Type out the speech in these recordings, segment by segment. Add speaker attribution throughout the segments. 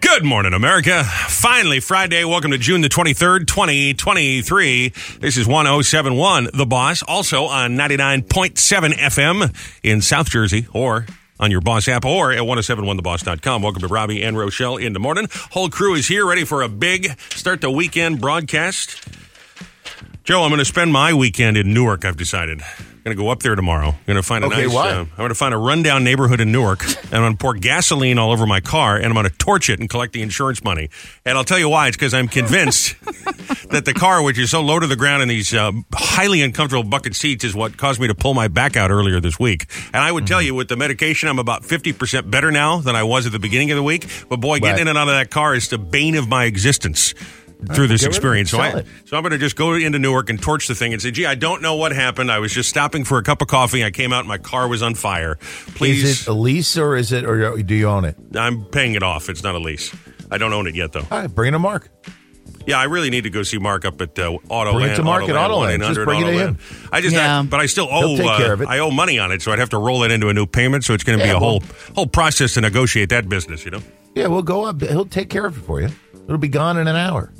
Speaker 1: Good morning, America. Finally, Friday. Welcome to June the 23rd, 2023. This is 1071 The Boss, also on 99.7 FM in South Jersey or on your Boss app or at 1071theboss.com. Welcome to Robbie and Rochelle in the morning. Whole crew is here ready for a big start the weekend broadcast. Joe, I'm going to spend my weekend in Newark, I've decided. I'm going to go up there tomorrow. I'm going to find a
Speaker 2: Okay,
Speaker 1: nice
Speaker 2: why?
Speaker 1: uh, I'm going to find a rundown neighborhood in Newark, and I'm going to pour gasoline all over my car, and I'm going to torch it and collect the insurance money. And I'll tell you why. It's because I'm convinced that the car, which is so low to the ground in these uh, highly uncomfortable bucket seats, is what caused me to pull my back out earlier this week. And I would
Speaker 2: Mm-hmm.
Speaker 1: tell you, with the medication, I'm about 50% better now than I was at the beginning of the week. But boy, getting
Speaker 2: Right.
Speaker 1: in and out of that car is the bane of my existence through this
Speaker 2: Uh, Get rid
Speaker 1: experience.
Speaker 2: of it.
Speaker 1: So
Speaker 2: Sell
Speaker 1: I,
Speaker 2: it.
Speaker 1: so I'm going to just go into Newark and torch the thing and say, "Gee, I don't know what happened. I was just stopping for a cup of coffee. I came out, and my car was on fire.
Speaker 2: Is
Speaker 1: Please,
Speaker 2: it a lease or is it, or do you own it?
Speaker 1: I'm paying it off. It's not a lease. I don't own it yet, though.
Speaker 2: All right, bring it to Mark.
Speaker 1: Yeah, I really need to go see Mark up at uh, Auto.
Speaker 2: Bring it to Mark at Autoland. Just bring it in.
Speaker 1: I just,
Speaker 3: Yeah.
Speaker 1: I- but I still
Speaker 2: He'll
Speaker 1: owe.
Speaker 2: take
Speaker 1: uh,
Speaker 2: care of it.
Speaker 1: I owe money on it, so I'd have to roll it into a new payment. So it's going to be
Speaker 2: Yeah,
Speaker 1: a
Speaker 2: well-
Speaker 1: whole whole process to negotiate that business. You know,
Speaker 2: Yeah, we'll go up. He'll take care of it for you. It'll be gone in an hour.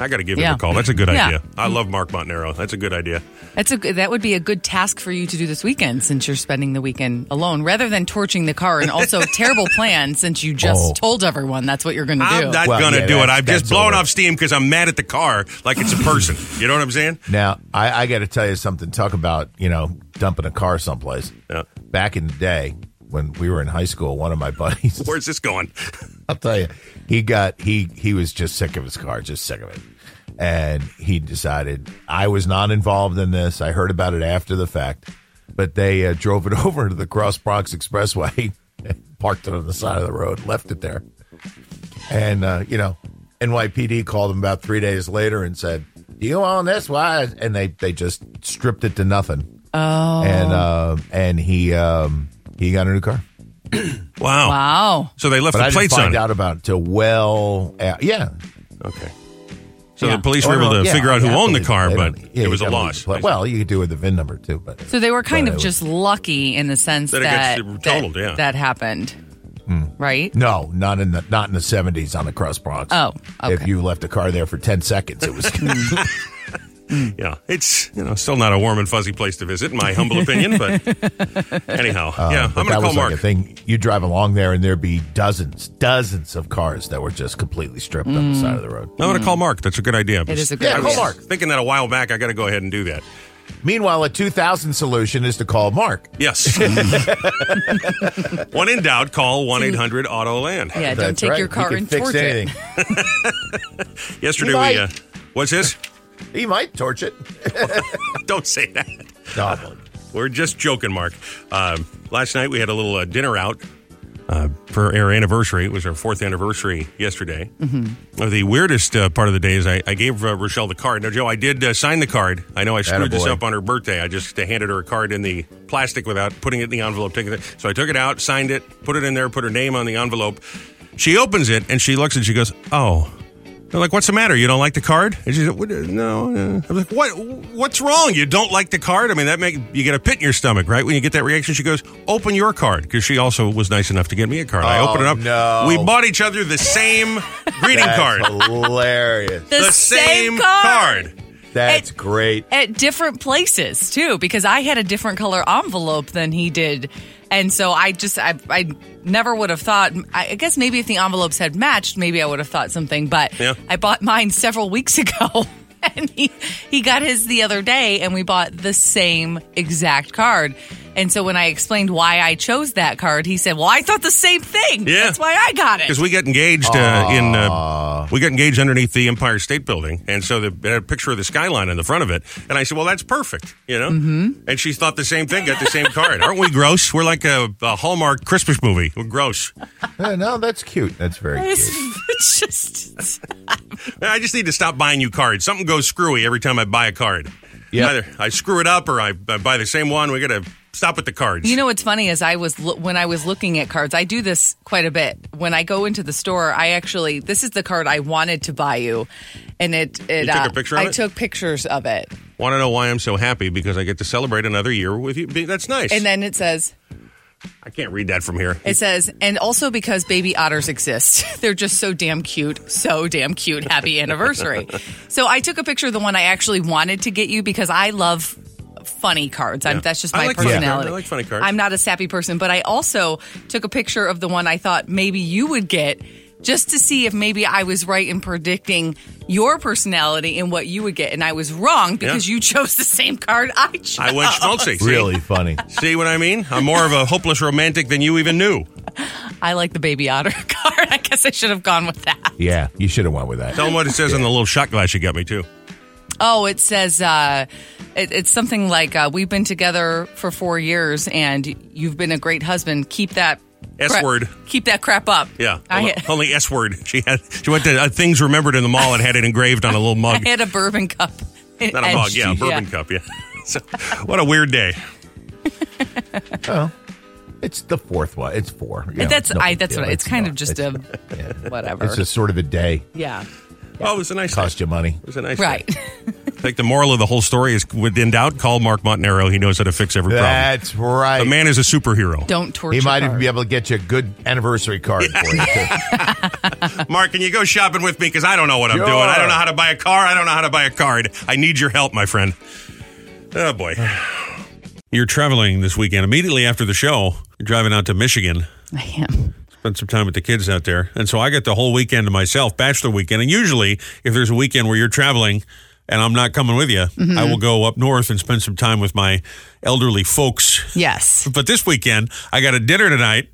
Speaker 1: I got to give
Speaker 3: Yeah.
Speaker 1: him a call. That's a good
Speaker 3: Yeah.
Speaker 1: idea.
Speaker 2: Mm.
Speaker 1: I love Mark Montanaro. That's a good idea.
Speaker 3: That's a good- that would be a good task for you to do this weekend since you're spending the weekend alone rather than torching the car and also terrible plan since you just
Speaker 2: Oh.
Speaker 3: told everyone that's what you're going to do.
Speaker 1: I'm not
Speaker 2: Well,
Speaker 1: going to
Speaker 2: yeah,
Speaker 1: do it.
Speaker 2: that's-
Speaker 1: I've just
Speaker 2: that's
Speaker 1: blown
Speaker 2: over.
Speaker 1: off steam because I'm mad at the car like it's a person. you know what I'm saying?
Speaker 2: Now, I, I got to tell you something. Talk about, you know, dumping a car someplace.
Speaker 1: Yeah.
Speaker 2: Back in the day when we were in high school, one of my buddies,
Speaker 1: Where's this going?
Speaker 2: I'll tell you, he got, he, he was just sick of his car, just sick of it. And he decided, I was not involved in this. I heard about it after the fact, but they uh, drove it over to the Cross Bronx Expressway, parked it on the side of the road, left it there. And uh, you know, NYPD called them about three days later and said, "Do you own this?" Why? And they they just stripped it to nothing. Oh. And uh, and he um, he got a new car.
Speaker 1: Wow.
Speaker 3: wow.
Speaker 1: So they left
Speaker 2: But
Speaker 1: the
Speaker 2: I didn't
Speaker 1: plates on.
Speaker 2: find
Speaker 1: it.
Speaker 2: out about it till well, a- yeah.
Speaker 1: Okay. So
Speaker 3: Yeah.
Speaker 1: the police
Speaker 2: Or
Speaker 1: were able
Speaker 2: no,
Speaker 1: to
Speaker 2: yeah,
Speaker 1: figure out who
Speaker 2: yeah,
Speaker 1: owned the
Speaker 2: they-
Speaker 1: car,
Speaker 2: they
Speaker 1: but
Speaker 2: don't- yeah,
Speaker 1: it
Speaker 2: you
Speaker 1: was a
Speaker 2: gotta leave
Speaker 1: loss.
Speaker 2: the pla- Well, you could do it with the VIN number too, but
Speaker 3: So they were kind
Speaker 2: But
Speaker 3: of
Speaker 2: it
Speaker 3: just lucky in the sense
Speaker 1: That
Speaker 3: that
Speaker 1: it
Speaker 3: that,
Speaker 1: gets totaled, yeah. Hmm.
Speaker 3: that happened. Right?
Speaker 2: No, not in the not in the seventies on the Cross Bronx.
Speaker 3: Oh, okay.
Speaker 2: if you left the car there for ten seconds, it was
Speaker 1: yeah, it's you know still not a warm and fuzzy place to visit, in my humble opinion. But anyhow, yeah, I'm
Speaker 2: Uh,
Speaker 1: going to
Speaker 2: But that
Speaker 1: call
Speaker 2: was
Speaker 1: Mark.
Speaker 2: Like a thing you drive along there, and there'd be dozens, dozens of cars that were just completely stripped on
Speaker 3: Mm.
Speaker 2: the side of the road.
Speaker 1: I'm going to call Mark. That's a good idea.
Speaker 3: It is a good
Speaker 2: Mm. Yeah,
Speaker 1: I
Speaker 2: call
Speaker 1: was
Speaker 2: Mark.
Speaker 1: Thinking that a while back, I got to go ahead and do that.
Speaker 2: Meanwhile, a 2000 solution is to call Mark.
Speaker 1: Yes.
Speaker 2: Mm.
Speaker 1: when in doubt, call one eight hundred Auto Land.
Speaker 3: Yeah, don't
Speaker 2: That's
Speaker 3: take
Speaker 2: right.
Speaker 3: your
Speaker 2: He
Speaker 3: car
Speaker 2: can
Speaker 3: and
Speaker 2: fix
Speaker 3: torch
Speaker 2: anything.
Speaker 3: it.
Speaker 1: Yesterday we.
Speaker 2: He might.
Speaker 1: Uh, what's this?
Speaker 2: He might torch it. Oh,
Speaker 1: Don't say that.
Speaker 2: No.
Speaker 1: We're just joking, Mark. Um, last night we had a little uh, dinner out uh, for our anniversary. It was our fourth anniversary yesterday. Mm-hmm. the weirdest uh, part of the day is I, I gave uh, Rochelle the card. Now, Joe, I did uh, sign the card. I know I screwed this
Speaker 2: Attaboy.
Speaker 1: up on her birthday. I just uh, handed her a card in the plastic without putting it in the envelope. Taking it. So I took it out, signed it, put it in there, put her name on the envelope. She opens it and she looks and she goes, "Oh." They're like, "What's the matter? You don't like the card?" And she said, what, "No." uh." I was like, "What? What's wrong? You don't like the card? I mean, that make you get a pit in your stomach, right? When you get that reaction." She goes, "Open your card," because she also was nice enough to get me a card. I
Speaker 2: Oh,
Speaker 1: open it up.
Speaker 2: no.
Speaker 1: We bought each other the same greeting
Speaker 2: That's
Speaker 1: card,
Speaker 2: hilarious.
Speaker 3: The, same card.
Speaker 2: That's great.
Speaker 3: at different places too because I had a different color envelope than he did. And so I just I, I never would have thought I I guess maybe if the envelopes had matched maybe I would have thought something but
Speaker 1: Yeah.
Speaker 3: I bought mine several weeks ago and he he got his the other day and we bought the same exact card. And so when I explained why I chose that card he said, "Well, I thought the same thing.
Speaker 1: Yeah.
Speaker 3: That's why I got it."
Speaker 1: Because we got engaged uh, in uh, we got engaged underneath the Empire State Building, and so the they had a picture of the skyline in the front of it, and I said, "Well, that's perfect," you know. Mm-hmm. And she thought the same thing, got the same card. Aren't we gross? We're like a, a Hallmark Christmas movie. We're gross.
Speaker 2: Uh, no, that's cute. That's very
Speaker 3: it's,
Speaker 2: cute.
Speaker 3: it's just
Speaker 1: I just need to stop buying you cards. Something goes screwy every time I buy a card.
Speaker 2: Yep.
Speaker 1: Either I screw it up or I, I buy the same one. We got to stop with the cards.
Speaker 3: You know what's funny is I was lo- when I was looking at cards. I do this quite a bit. When I go into the store, I actually this is the card I wanted to buy you, and it it
Speaker 1: took a
Speaker 3: uh,
Speaker 1: picture of
Speaker 3: I
Speaker 1: it?
Speaker 3: took pictures of it,
Speaker 1: Want to know why I'm so happy? Because I get to celebrate another year with you. That's nice.
Speaker 3: and then it says
Speaker 1: I can't read that from here.
Speaker 3: It says, and also because baby otters exist. They're just so damn cute. So damn cute. Happy anniversary. so I took a picture of the one I actually wanted to get you because I love funny cards. I'm, that's just
Speaker 1: I
Speaker 3: my
Speaker 1: like funny cards.
Speaker 3: personality.
Speaker 1: I like funny cards.
Speaker 3: I'm not a sappy person, but I also took a picture of the one I thought maybe you would get just to see if maybe I was right in predicting your personality and what you would get. And I was wrong because
Speaker 1: Yeah.
Speaker 3: you chose the same card I chose.
Speaker 1: I went schmaltzy. See?
Speaker 2: Really funny.
Speaker 1: See what I mean? I'm more of a hopeless romantic than you even knew.
Speaker 3: I like the baby otter card. I guess I should have gone with that.
Speaker 2: Yeah, you should have went with that.
Speaker 1: Tell them what it says on the little shot glass you got me too.
Speaker 3: Oh, it says uh, it, it's something like uh, we've been together for four years, and you've been a great husband. Keep that
Speaker 1: S
Speaker 3: crap-
Speaker 1: word.
Speaker 3: Keep that crap up.
Speaker 1: Yeah,
Speaker 3: I
Speaker 1: only,
Speaker 3: had,
Speaker 1: only S word. She had. She went to uh, things remembered in the mall and had it engraved on a little mug,
Speaker 3: I had a bourbon cup.
Speaker 1: not a mug. Yeah, a bourbon cup. Yeah. So, what a weird day.
Speaker 2: It's the fourth one. It's four. You know,
Speaker 3: that's
Speaker 2: no
Speaker 3: I.
Speaker 2: big
Speaker 3: That's
Speaker 2: deal.
Speaker 3: what. It's, kind
Speaker 2: not-
Speaker 3: of just
Speaker 2: it's-
Speaker 3: a whatever.
Speaker 2: It's just sort of a day.
Speaker 3: yeah.
Speaker 1: Oh, it was a nice. day.
Speaker 2: Cost you money.
Speaker 1: It was a nice. day.
Speaker 3: Right.
Speaker 1: I think the moral of the whole story is, within doubt, call Mark Montanaro. He knows how to fix every problem.
Speaker 2: That's right.
Speaker 1: The man is a superhero.
Speaker 3: Don't torture.
Speaker 2: he might even
Speaker 3: her.
Speaker 2: be able to get you a good anniversary card for you. too.
Speaker 1: Mark, can you go shopping with me? Because I don't know what I'm
Speaker 2: Sure.
Speaker 1: doing. I don't know how to buy a car. I don't know how to buy a card. I need your help, my friend. Oh, boy. You're traveling this weekend. Immediately after the show, you're driving out to Michigan.
Speaker 3: I am.
Speaker 1: Spend some time with the kids out there. And so I get the whole weekend to myself, bachelor weekend. And usually, if there's a weekend where you're traveling and I'm not coming with you, I will go up north and spend some time with my elderly folks
Speaker 3: Yes.
Speaker 1: but this weekend I got a dinner tonight.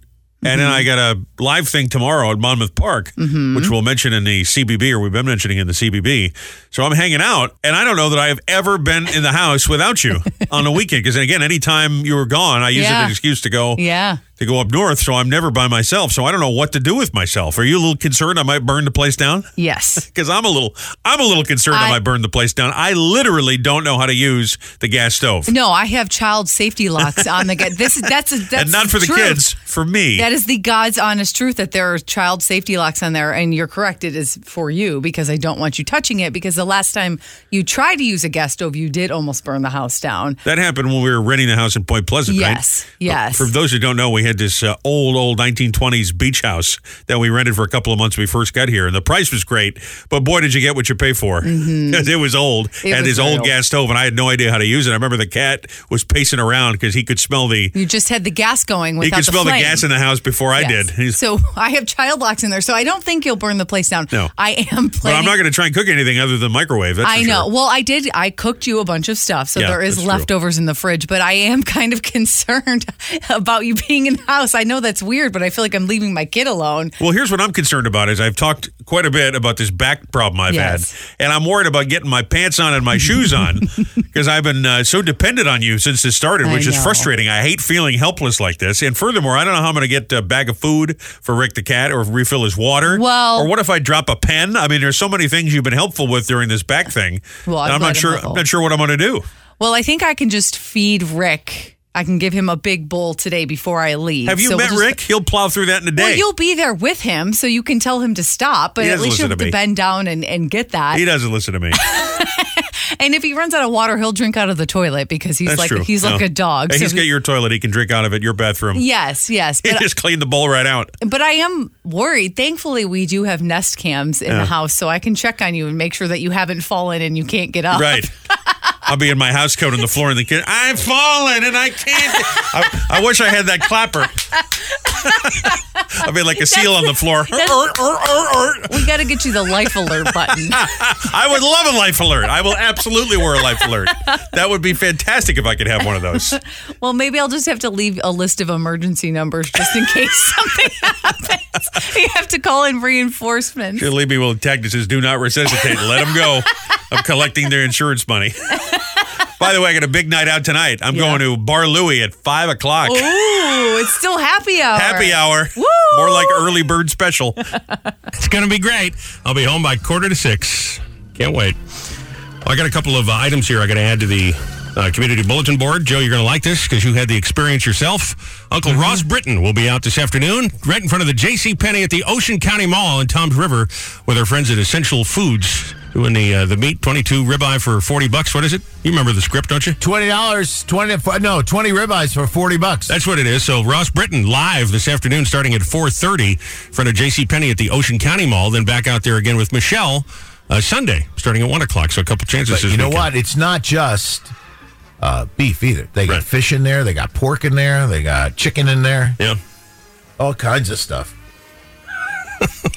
Speaker 1: And then I
Speaker 3: Mm-hmm.
Speaker 1: got a live thing tomorrow at Monmouth Park, which we'll mention in the CBB, or we've been mentioning in the CBB. So I'm hanging out, and I don't know that I have ever been in the house without you on a weekend. Because again, anytime you were gone, I use it as
Speaker 3: Yeah.
Speaker 1: an excuse to go
Speaker 3: Yeah.
Speaker 1: to go up north. So I'm never by myself. So I don't know what to do with myself. Are you a little concerned I might burn the place down?
Speaker 3: Yes.
Speaker 1: Because I'm a little, I'm a little concerned I,
Speaker 3: I-
Speaker 1: might burn the place down. I literally don't know how to use the gas stove,
Speaker 3: No, I have child safety locks on the. ga- This is that's a, that's
Speaker 1: and not for the
Speaker 3: truth.
Speaker 1: kids, for me.
Speaker 3: That is the God's honest truth that there are child safety locks on there, and you're correct. It is for you because I don't want you touching it because the last time you tried to use a gas stove, you did almost burn the house down.
Speaker 1: That happened when we were renting the house in Point Pleasant, right? Uh,
Speaker 3: Yes, yes.
Speaker 1: For those who don't know, we had this uh, old, old 1920s beach house that we rented for a couple of months when we first got here, and the price was great, but boy, did you get what you pay for. 'Cause it was old,
Speaker 3: Mm-hmm. It
Speaker 1: had
Speaker 3: was
Speaker 1: this
Speaker 3: very
Speaker 1: old
Speaker 3: old.
Speaker 1: gas stove, and I had no idea how to use it. I remember the cat was pacing around because he could smell the
Speaker 3: You just had the gas going
Speaker 1: he
Speaker 3: without
Speaker 1: could
Speaker 3: the
Speaker 1: smell the
Speaker 3: flame.
Speaker 1: gas in the house before I
Speaker 3: Yes.
Speaker 1: did. He's-
Speaker 3: So I have child locks in there, so I don't think you'll burn the place down.
Speaker 1: No.
Speaker 3: I am planning.
Speaker 1: but I'm not going to try and cook anything other than microwave. That's for
Speaker 3: I know.
Speaker 1: sure.
Speaker 3: Well, I did. I cooked you a bunch of stuff, so
Speaker 1: Yeah,
Speaker 3: there is
Speaker 1: that's true.
Speaker 3: leftovers in the fridge. But I am kind of concerned about you being in the house. I know that's weird, but I feel like I'm leaving my kid alone.
Speaker 1: Well, here's what I'm concerned about is I've talked quite a bit about this back problem I've
Speaker 3: Yes.
Speaker 1: had, and I'm worried about getting my pants on and my shoes on because I've been uh, so dependent on you since this started,
Speaker 3: I
Speaker 1: which is
Speaker 3: know.
Speaker 1: frustrating. I hate feeling helpless like this, and furthermore, I don't know how I'm going to get a bag of food for Rick the cat or refill his water.
Speaker 3: Well-
Speaker 1: or what if I drop a pen? I mean, there's so many things you've been helpful with during this back thing.
Speaker 3: Well, I'm
Speaker 1: and I'm
Speaker 3: glad
Speaker 1: not
Speaker 3: I'm
Speaker 1: sure.
Speaker 3: helpful.
Speaker 1: I'm not sure what I'm going to do.
Speaker 3: Well, I think I can just feed Rick. I can give him a big bowl today before I leave.
Speaker 1: Have you
Speaker 3: So we'll
Speaker 1: met
Speaker 3: just-
Speaker 1: Rick? He'll plow through that in a day.
Speaker 3: Well, you'll be there with him, so you can tell him to stop. But
Speaker 1: He
Speaker 3: at
Speaker 1: doesn't
Speaker 3: least you'll
Speaker 1: listen
Speaker 3: have
Speaker 1: to
Speaker 3: to
Speaker 1: me.
Speaker 3: bend down and, and get that.
Speaker 1: he doesn't listen to me.
Speaker 3: and if he runs out of water, he'll drink out of the toilet because he's
Speaker 1: That's
Speaker 3: like
Speaker 1: true.
Speaker 3: he's like
Speaker 1: No.
Speaker 3: a dog.
Speaker 1: And
Speaker 3: so
Speaker 1: he's got
Speaker 3: he-
Speaker 1: your toilet. He can drink out of it. Your bathroom.
Speaker 3: yes, yes.
Speaker 1: He
Speaker 3: But
Speaker 1: just cleaned the bowl right out.
Speaker 3: But I am worried. Thankfully, we do have nest cams in the house, so I can check on you and make sure that you haven't fallen and you can't get up.
Speaker 1: Right. I'll be in my house coat on the floor, and the kid, I've fallen and I can't. I, I wish I had that clapper. I'll be like a seal on the floor. "Er, er, er, er."
Speaker 3: We got to get you the life alert button.
Speaker 1: I would love a life alert. I will absolutely wear a life alert. That would be fantastic if I could have one of those.
Speaker 3: well, maybe I'll just have to leave a list of emergency numbers just in case something happens. You have to call in reinforcements.
Speaker 1: Should leave me with tag that says "Do not resuscitate." Let them go. I'm collecting their insurance money. By the way, I got a big night out tonight. I'm going to Bar Louie at five o'clock.
Speaker 3: Ooh, it's still happy hour.
Speaker 1: Happy hour.
Speaker 3: Woo!
Speaker 1: More like early bird special. it's going to be great. I'll be home by quarter to six. Can't wait. Well, I got a couple of uh, items here I got to add to the uh, community bulletin board. Joe, you're going to like this because you had the experience yourself. Uncle
Speaker 3: Mm-hmm.
Speaker 1: Ross Britton will be out this afternoon, right in front of the J.C. Penney at the Ocean County Mall in Toms River with our friends at Essential Foods. doing the uh, the meat, twenty two ribeye for forty bucks. What is it? You remember the script, don't you?
Speaker 2: Twenty dollars, twenty no, twenty ribeyes for forty bucks.
Speaker 1: That's what it is. So Ross Britton live this afternoon, starting at four thirty, in front of J.C. Penney at the Ocean County Mall. Then back out there again with Michelle uh, Sunday, starting at one o'clock. So a couple chances.
Speaker 2: But
Speaker 1: this
Speaker 2: you know
Speaker 1: weekend.
Speaker 2: what? It's not just uh, beef either. They got
Speaker 1: Right.
Speaker 2: fish in there. They got pork in there. They got chicken in there.
Speaker 1: Yeah.
Speaker 2: All kinds of stuff.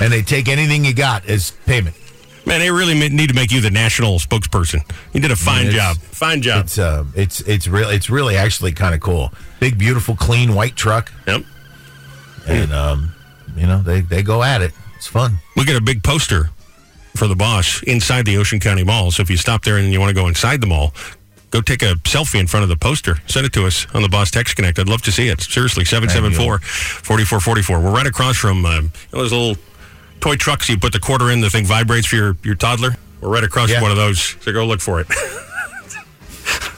Speaker 2: and they take anything you got as payment.
Speaker 1: Man, they really ma- need to make you the national spokesperson. You did a fine
Speaker 2: it's-
Speaker 1: job. Fine job.
Speaker 2: It's um, it's it's really it's really actually kind of cool. Big, beautiful, clean white truck,
Speaker 1: Yep.
Speaker 2: and
Speaker 1: Hmm.
Speaker 2: um, you know they they go at it. It's fun.
Speaker 1: We got a big poster for the boss inside the Ocean County Mall. So if you stop there and you want to go inside the mall, go take a selfie in front of the poster. Send it to us on the Boss Text Connect. I'd love to see it. Seriously, 774 4444. We're right across from um, those little toy trucks you put the quarter in, the thing vibrates for your, your toddler. We're right across
Speaker 2: Yeah.
Speaker 1: from one of those. So go look for it.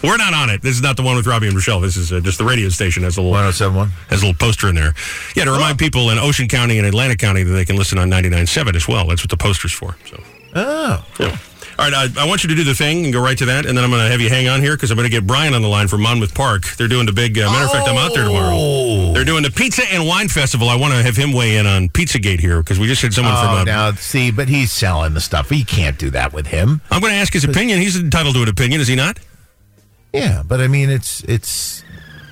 Speaker 1: We're not on it. This is not the one with Robbie and Michelle. This is uh, just the radio station has a little
Speaker 2: One zero seven one.
Speaker 1: has a little poster in there. Yeah, to
Speaker 2: Oh.
Speaker 1: remind people in Ocean County and Atlanta County that they can listen on 99.7 as well. That's what the poster's for. So,
Speaker 2: Oh,
Speaker 1: yeah. All right, I, I want you to do the thing and go right to that, and then I'm going to have you hang on here because I'm going to get Brian on the line from Monmouth Park. They're doing the big, uh, matter of fact, I'm out there
Speaker 2: Oh.
Speaker 1: tomorrow. They're doing the Pizza and Wine Festival. I want to have him weigh in on Pizzagate here because we just had someone
Speaker 2: oh
Speaker 1: from. Uh,
Speaker 2: now see, but he's selling the stuff. He can't do that with him.
Speaker 1: I'm going to ask his opinion. He's entitled to an opinion, is he not?
Speaker 2: Yeah, but I mean, it's it's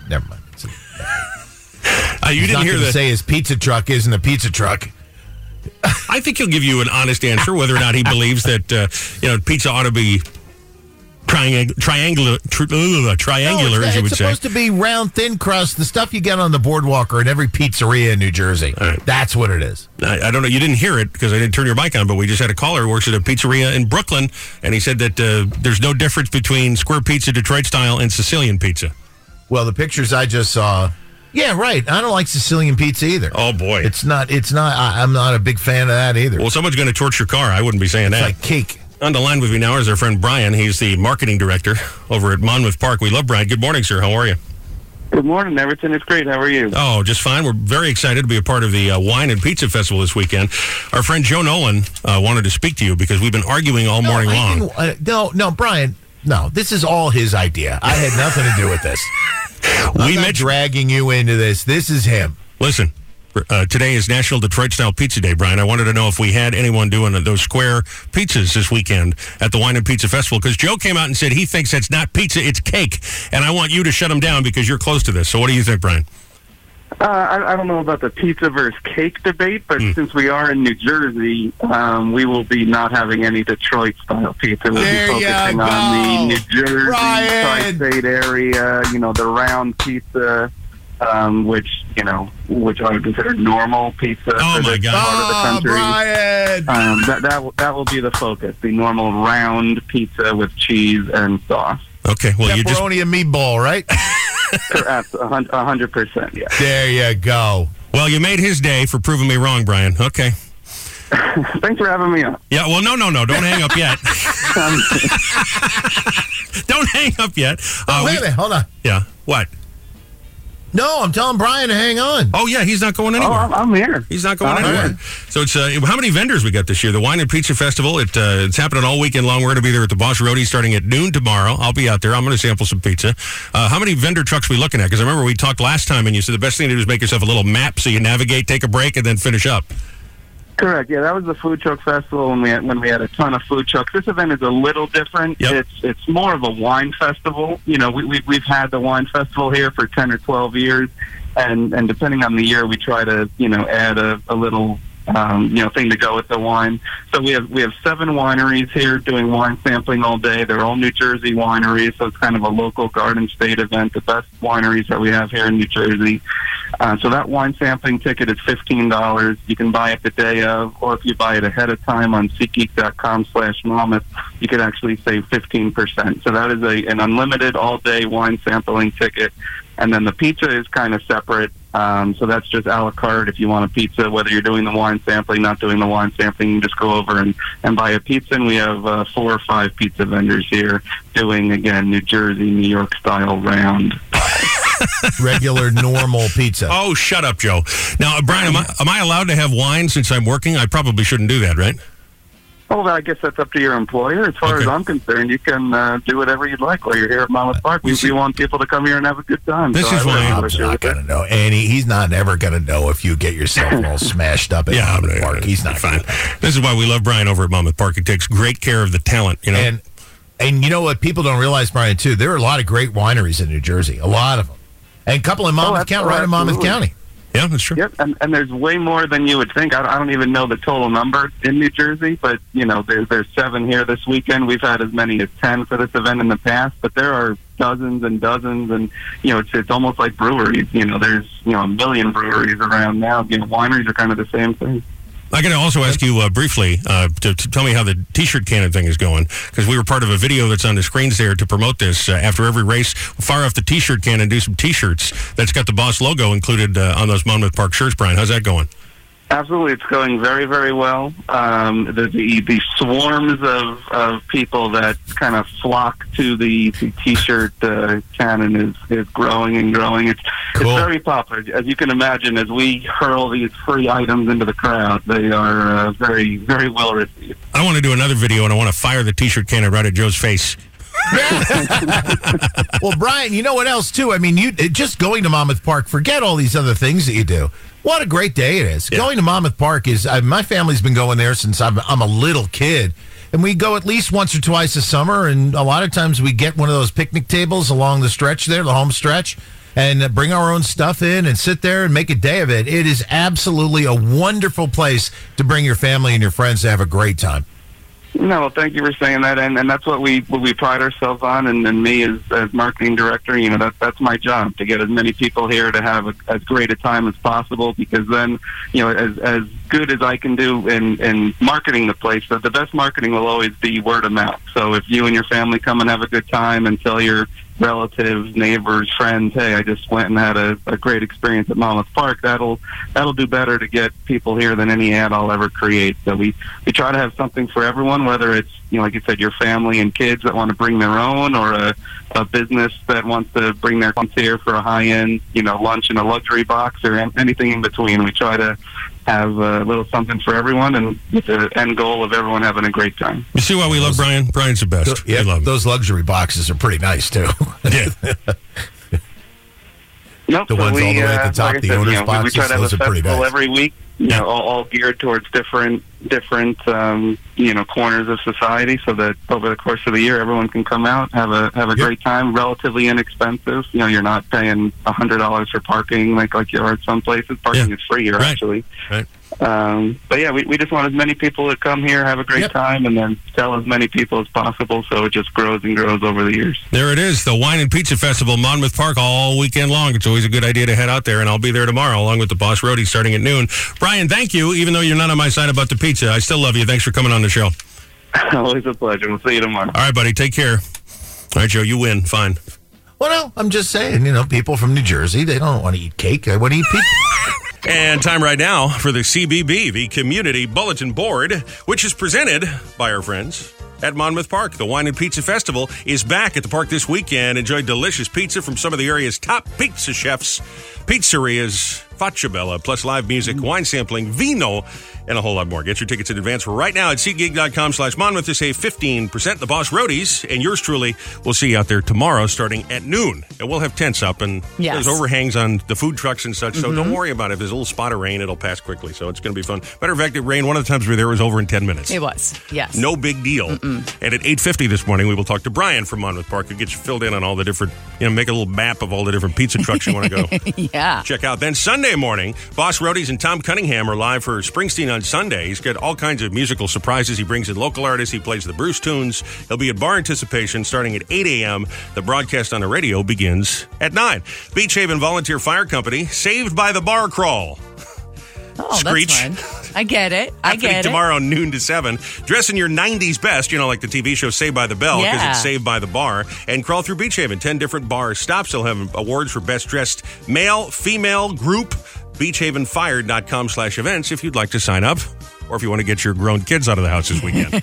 Speaker 2: never mind. It's, he's
Speaker 1: Uh, you didn't
Speaker 2: not
Speaker 1: hear
Speaker 2: gonna
Speaker 1: the.
Speaker 2: say his pizza truck isn't a pizza truck.
Speaker 1: I think he'll give you an honest answer whether or not he believes that uh, you know pizza ought to be triang- triangular, tri- uh, triangular,
Speaker 2: Oh, it's,
Speaker 1: as you would
Speaker 2: it's
Speaker 1: say.
Speaker 2: supposed to be round, thin crust, the stuff you get on the boardwalk or in every pizzeria in New Jersey.
Speaker 1: right.
Speaker 2: That's what it is.
Speaker 1: I, I don't know. You didn't hear it because I didn't turn your mic on, but we just had a caller who works at a pizzeria in Brooklyn, and he said that uh, there's no difference between square pizza, Detroit style, and Sicilian pizza.
Speaker 2: Well, the pictures I just saw. Yeah, right. I don't like Sicilian pizza either.
Speaker 1: Oh boy!
Speaker 2: It's not. It's not. I, I'm not a big fan of that either.
Speaker 1: well, someone's going to torch your car. I wouldn't be saying
Speaker 2: it's
Speaker 1: that.
Speaker 2: like cake.
Speaker 1: on the line with me now is our friend Brian. He's the marketing director over at Monmouth Park. We love Brian. Good morning, sir. How are you?
Speaker 4: Good morning, everything is great. How are you?
Speaker 1: Oh, just fine. We're very excited to be a part of the uh, Wine and Pizza Festival this weekend. Our friend Joe Nolan uh, wanted to speak to you because we've been arguing all morning
Speaker 2: no, I
Speaker 1: long.
Speaker 2: didn't- uh, no, no, Brian. No, this is all his idea. I had nothing to do with this.
Speaker 1: We
Speaker 2: I'm not
Speaker 1: met.
Speaker 2: dragging you into this. This is him.
Speaker 1: Listen, uh, today is National Detroit Style Pizza Day, Brian. I wanted to know if we had anyone doing those square pizzas this weekend at the Wine and Pizza Festival because Joe came out and said he thinks that's not pizza, it's cake. And I want you to shut him down because you're close to this. So what do you think, Brian?
Speaker 4: Uh, I, I don't know about the pizza versus cake debate, but
Speaker 2: Hmm.
Speaker 4: since we are in New Jersey, um, we will be not having any Detroit style pizza. We'll
Speaker 2: There
Speaker 4: be
Speaker 2: ya
Speaker 4: focusing
Speaker 2: go.
Speaker 4: on the New Jersey
Speaker 2: Ryan.
Speaker 4: tri-state area. You know, the round pizza, um, which you know, which I would consider normal pizza
Speaker 1: Oh,
Speaker 4: for
Speaker 1: my
Speaker 4: this
Speaker 1: God.
Speaker 4: part of the country.
Speaker 2: Ah, Oh, Brian.
Speaker 4: Um, that that will, that will be the focus: the normal round pizza with cheese and sauce.
Speaker 1: Okay, well, you just.
Speaker 2: Pepperoni and meatball, right?
Speaker 4: Correct, a hun- a hundred percent. Yeah.
Speaker 2: there you go.
Speaker 1: Well, you made his day for proving me wrong, Brian. Okay.
Speaker 4: Thanks for having me on.
Speaker 1: Yeah, well, no, no, no. Don't hang up yet. Don't hang up yet. Uh,
Speaker 4: Oh,
Speaker 2: Wait a
Speaker 1: we-
Speaker 2: minute. Hold on.
Speaker 1: yeah. What?
Speaker 2: No, I'm telling Brian to hang on.
Speaker 1: Oh, yeah. He's not going
Speaker 4: Oh,
Speaker 1: anywhere.
Speaker 4: I'm, I'm here.
Speaker 1: He's not going
Speaker 4: All
Speaker 1: anywhere.
Speaker 4: right.
Speaker 1: So it's uh, how many vendors we got this year? The Wine and Pizza Festival. It, uh, it's happening all weekend long. We're going to be there at the Boss Roadie starting at noon tomorrow. I'll be out there. I'm going to sample some pizza. Uh, how many vendor trucks we looking at? Because I remember we talked last time, and you said the best thing to do is make yourself a little map so you navigate, take a break, and then finish up.
Speaker 4: Correct. Yeah, that was the food truck festival when we had, when we had a ton of food trucks. This event is a little different.
Speaker 1: Yep.
Speaker 4: It's it's more of a wine festival. You know, we, we we've had the wine festival here for ten or twelve years, and and depending on the year, we try to you know add a, a little. Um, you know, thing to go with the wine. So we have we have seven wineries here doing wine sampling all day. They're all New Jersey wineries, so it's kind of a local Garden State event. The best wineries that we have here in New Jersey. Uh, so that wine sampling ticket is fifteen dollars. You can buy it the day of, or if you buy it ahead of time on SeatGeek.com slash Monmouth, you can actually save fifteen percent. So that is a an unlimited all day wine sampling ticket. And then the pizza is kind of separate. Um, so that's just a la carte if you want a pizza, whether you're doing the wine sampling, not doing the wine sampling, you just go over and, and buy a pizza. And we have uh, four or five pizza vendors here doing, again, New Jersey, New York style round.
Speaker 2: Regular, normal pizza.
Speaker 1: Oh, shut up, Joe. Now, uh, Brian, am I, am I allowed to have wine since I'm working? I probably shouldn't do that, right?
Speaker 4: Well, I guess that's up to your employer. As far
Speaker 1: Okay.
Speaker 4: as I'm concerned, you can uh, do whatever you'd like while you're here at Monmouth Park. We, we want people to come here and have a good time.
Speaker 1: This
Speaker 4: so
Speaker 1: is
Speaker 4: I wouldn't
Speaker 1: why
Speaker 4: have
Speaker 1: I'm
Speaker 4: an
Speaker 2: He's
Speaker 4: issue
Speaker 2: not
Speaker 4: with it.
Speaker 2: gonna know, and he, he's not ever gonna know if you get yourself all smashed up at
Speaker 1: Yeah,
Speaker 2: yeah,
Speaker 1: I'm gonna-
Speaker 2: Park. He's not
Speaker 1: fine.
Speaker 2: gonna know.
Speaker 1: This is why we love Brian over at Monmouth Park. He takes great care of the talent. You know,
Speaker 2: And and you know what people don't realize, Brian, too. There are a lot of great wineries in New Jersey, a lot of them, and a couple in Monmouth
Speaker 4: abso-
Speaker 2: County, right in Monmouth
Speaker 4: absolutely.
Speaker 2: County.
Speaker 1: yeah, that's true.
Speaker 4: Yep, and, and there's way more than you would think. I, don't- I don't even know the total number in New Jersey, but you know, there's there's seven here this weekend. We've had as many as ten for this event in the past, but there are dozens and dozens, and you know, it's it's almost like breweries. You know, there's you know a million breweries around now. You know, wineries are kind of the same thing.
Speaker 1: I got to also ask you uh, briefly uh, to, to tell me how the T-shirt cannon thing is going because we were part of a video that's on the screens there to promote this. Uh, after every race, fire off the T-shirt cannon, do some T-shirts that's got the boss logo included uh, on those Monmouth Park shirts. Brian, how's that going?
Speaker 4: Absolutely, it's going very, very well. Um, the, the the swarms of, of people that kind of flock to the, the t-shirt uh, cannon is, is growing and growing. It's
Speaker 2: Cool.
Speaker 4: it's very popular, as you can imagine. As we hurl these free items into the crowd, they are uh, very, very well received.
Speaker 1: I want to do another video and I want to fire the T-shirt cannon right at Joe's face.
Speaker 2: well, Brian, you know what else too? I mean, you it- just going to Monmouth Park. Forget all these other things that you do. What a great day it is! Going to Monmouth Park is I, my family's been going there since I'm, I'm a little kid, and we go at least once or twice a summer. And a lot of times we get one of those picnic tables along the stretch there, the home stretch, and uh, bring our own stuff in and sit there and make a day of it. It is absolutely a wonderful place to bring your family and your friends to have a great time.
Speaker 4: No, well, thank you for saying that, and, and that's what we what we pride ourselves on. And, and me as, as marketing director, you know, that that's my job to get as many people here to have a, as great a time as possible. Because then, you know, as as good as I can do in in marketing the place, but the best marketing will always be word of mouth. So if you and your family come and have a good time and tell your relatives, neighbors, friends, hey, I just went and had a, a great experience at Monmouth Park. That'll that'll do better to get people here than any ad I'll ever create. So we we try to have something for everyone, whether it's you know, like you said, your family and kids that want to bring their own, or a, a business that wants to bring their clients here for a high end, you know, lunch in a luxury box, or an- anything in between. We try to have a little something for everyone, and with the end goal of everyone having a great time.
Speaker 1: You see why we love Brian? Brian's the best.
Speaker 2: Yeah,
Speaker 1: we love him.
Speaker 2: those luxury boxes are pretty nice too.
Speaker 1: yeah.
Speaker 4: Nope.
Speaker 2: The
Speaker 4: so
Speaker 2: ones
Speaker 4: we,
Speaker 2: all the way at the
Speaker 4: uh,
Speaker 2: top,
Speaker 4: like I
Speaker 2: the
Speaker 4: said,
Speaker 2: owner's
Speaker 4: you know, we- We
Speaker 2: boxes,
Speaker 4: try to have
Speaker 2: those
Speaker 4: a
Speaker 2: are pretty
Speaker 4: festival
Speaker 2: nice.
Speaker 4: every week. You know, all, all geared towards different, different, um, you know, corners of society, so that over the course of the year, everyone can come out, have a have a great time, relatively inexpensive. You know, you're not paying a hundred dollars for parking, like like you are at some places. Parking
Speaker 1: Yeah.
Speaker 4: is free here,
Speaker 1: Right.
Speaker 4: actually.
Speaker 1: Right.
Speaker 4: Um, but yeah, we, we just want as many people to come here, have a great
Speaker 2: Yep.
Speaker 4: time, and then tell as many people as possible. So it just grows and grows over the years.
Speaker 1: There it is, the Wine and Pizza Festival, Monmouth Park, all weekend long. It's always a good idea to head out there, and I'll be there tomorrow along with the Boss Roadie starting at noon. Brian, thank you. Even though you're not on my side about the pizza, I still love you. Thanks for coming on the show. All
Speaker 4: Always a pleasure. We'll see you tomorrow.
Speaker 1: right, buddy, take care. All right, Joe, you win. Fine.
Speaker 2: Well, no, I'm just saying, you know, people from New Jersey, they don't want to eat cake. They want to eat pizza.
Speaker 1: And time right now for the CBB, the Community Bulletin Board, which is presented by our friends at Monmouth Park. The Wine and Pizza Festival is back at the park this weekend. Enjoy delicious pizza from some of the area's top pizza chefs, pizzerias, Facciabella, plus live music, wine sampling, vino, and a whole lot more. Get your tickets in advance right now at SeatGeek.com slash Monmouth to save 15%. The Boss Roadies and yours truly will see you out there tomorrow starting at noon. And we'll have tents up and
Speaker 3: Yes.
Speaker 1: there's over hangs on the food trucks and such. So don't worry about it. If there's a little spot of rain, it'll pass quickly. So it's going to be fun. Matter of fact, it rained one of the times we were there was over in ten minutes.
Speaker 3: It was. Yes.
Speaker 1: No big deal. And at eight fifty this morning, we will talk to Brian from Monmouth Park, who gets you filled in on all the different, you know, make a little map of all the different pizza trucks you want to go
Speaker 3: Yeah.
Speaker 1: check out. Then Sunday morning, Boss Roadies and Tom Cunningham are live for Springsteen on Sunday. He's got all kinds of musical surprises. He brings in local artists. He plays the Bruce tunes. He'll be at Bar Anticipation starting at 8 a.m. The broadcast on the radio begins at 9. Beach Haven Volunteer Fire Company, saved by the bar crawl.
Speaker 3: Oh,
Speaker 1: Screech.
Speaker 3: that's fun. I get it. I
Speaker 1: Happening
Speaker 3: get it.
Speaker 1: tomorrow noon to 7. Dress in your 90s best, you know, like the TV show Saved by the Bell, because
Speaker 3: Yeah.
Speaker 1: it's Saved by the Bar. And crawl through Beach Haven. 10 different bar stops. They'll have awards for best dressed male, female, group. BeachhavenFire.com slash events if you'd like to sign up. or if you want to get your grown kids out of the house this weekend.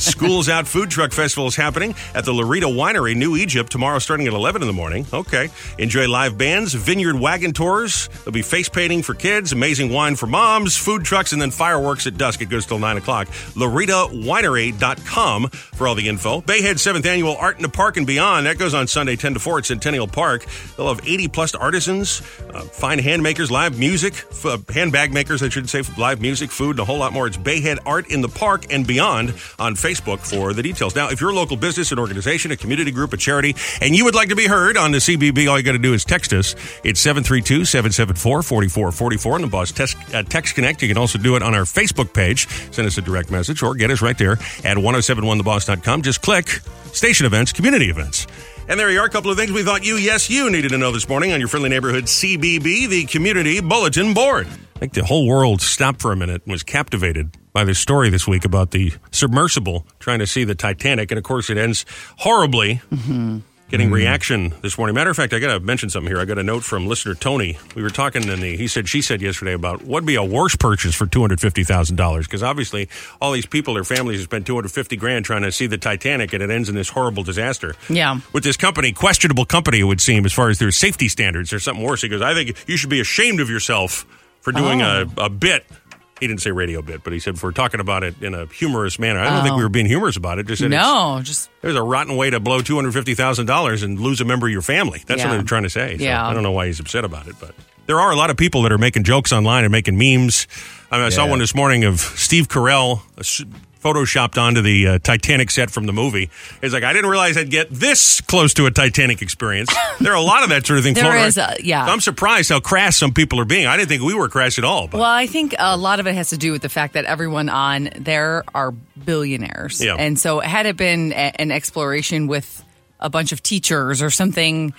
Speaker 1: School's Out Food Truck Festival is happening at the Larita Winery, New Egypt, tomorrow starting at 11 in the morning. Okay. Enjoy live bands, vineyard wagon tours. There'll be face painting for kids, amazing wine for moms, food trucks, and then fireworks at dusk. It goes till 9 o'clock. LaritaWinery.com for all the info. Bayhead 7th Annual Art in the Park and Beyond. That goes on Sunday, 10 to 4 at Centennial Park. They'll have 80 plus artisans, uh, fine handmakers, live music, f- uh, handbag makers, I should say, for live music, food, and a whole lot more. It's Bayhead Art in the Park and Beyond on Facebook for the details. Now, if you're a local business, an organization, a community group, a charity, and you would like to be heard on the CBB, all you got to do is text us. It's 732 774 4444 on the Boss text, uh, text Connect. You can also do it on our Facebook page. Send us a direct message or get us right there at 1071theboss.com. Just click station events, community events. And there you are, a couple of things we thought you, yes, you needed to know this morning on your friendly neighborhood CBB, the Community Bulletin Board. I think the whole world stopped for a minute and was captivated by this story this week about the submersible trying to see the Titanic. And of course, it ends horribly. Getting reaction this morning. Matter of fact, I got to mention something here. I got a note from listener Tony. We were talking in the he said she said yesterday about what'd be a worse purchase for two hundred fifty thousand dollars because obviously all these people, their families, have spent two hundred fifty grand trying to see the Titanic, and it ends in this horrible disaster
Speaker 3: Yeah.
Speaker 1: with this company, questionable company, it would seem, as far as their safety standards or something worse. He goes, I think you should be ashamed of yourself for doing a, a bit. He didn't say radio bit, but he said for talking about it in a humorous manner. I don't think we were being humorous about it. Just said it's-
Speaker 3: No, just
Speaker 1: there's a rotten way to blow two hundred fifty thousand dollars and lose a member of your family. That's what
Speaker 3: Yeah.
Speaker 1: I'm trying to say. So
Speaker 3: Yeah.
Speaker 1: I don't know why he's upset about it, but there are a lot of people that are making jokes online and making memes. I, mean, I saw
Speaker 2: Yeah.
Speaker 1: one this morning of Steve Carell uh, s- photoshopped onto the uh, Titanic set from the movie. He's like, I didn't realize I'd get this close to a Titanic experience. there are a lot of that sort of thing.
Speaker 3: There
Speaker 1: floating
Speaker 3: is,
Speaker 1: around.
Speaker 3: uh, yeah.
Speaker 1: So I'm surprised how crass some people are being. I didn't think we were crass at all. But.
Speaker 3: Well, I think a lot of it has to do with the fact that everyone on there are billionaires.
Speaker 1: Yeah.
Speaker 3: And so, had it been a- an exploration with a bunch of teachers or something,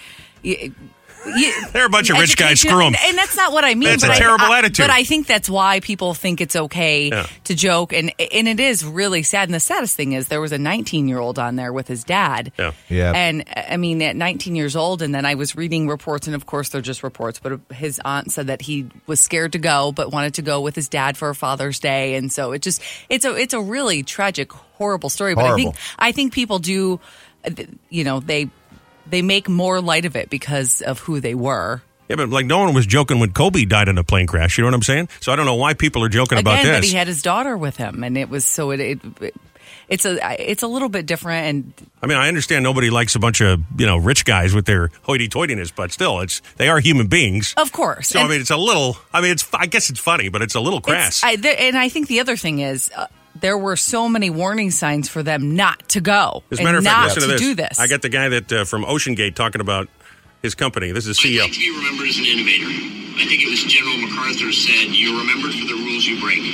Speaker 3: y- y-
Speaker 1: They're a bunch of rich guys.
Speaker 3: education-
Speaker 1: Screw 'em.
Speaker 3: And, and that's not what I mean.
Speaker 1: That's
Speaker 3: but
Speaker 1: a
Speaker 3: I-
Speaker 1: terrible
Speaker 3: I-
Speaker 1: attitude.
Speaker 3: But I think that's why people think it's okay
Speaker 1: Yeah.
Speaker 3: to joke, and and it is really sad. And the saddest thing is there was a 19 year old on there with his dad.
Speaker 1: Yeah.
Speaker 2: Yeah.
Speaker 3: And I mean, at 19 years old, and then I was reading reports, and of course they're just reports. But his aunt said that he was scared to go, but wanted to go with his dad for Father's Day, and so it just it's a it's a really tragic, horrible story. But I think
Speaker 2: Horrible.
Speaker 3: I think people do, uh, th- you know, they they make more light of it because of who they were.
Speaker 1: Yeah, but like no one was joking when Kobe died in a plane crash. You know what I'm saying? So I don't know why people are joking about
Speaker 3: Again,
Speaker 1: this.
Speaker 3: but he had his daughter with him, and it was so it. it, it's a it's a little bit different, and
Speaker 1: I mean, I understand nobody likes a bunch of you know rich guys with their hoity-toityness, but still, it's they are human beings.
Speaker 3: of course,
Speaker 1: So I
Speaker 3: Oh, and
Speaker 1: mean, it's a little. I mean, it's I guess it's funny, but it's a little crass.
Speaker 3: it's- I, there, and I think the other thing is uh, there were so many warning signs for them not to go,
Speaker 1: As a
Speaker 3: and
Speaker 1: matter of
Speaker 3: not
Speaker 1: fact, listen to,
Speaker 3: to
Speaker 1: this.
Speaker 3: do this.
Speaker 1: I got the guy that uh, from Ocean Gate talking about his company. This is E
Speaker 5: I'd
Speaker 1: CEO.
Speaker 5: like to be remembered as an innovator. I think it was General MacArthur said, "You're remembered for the rules you break."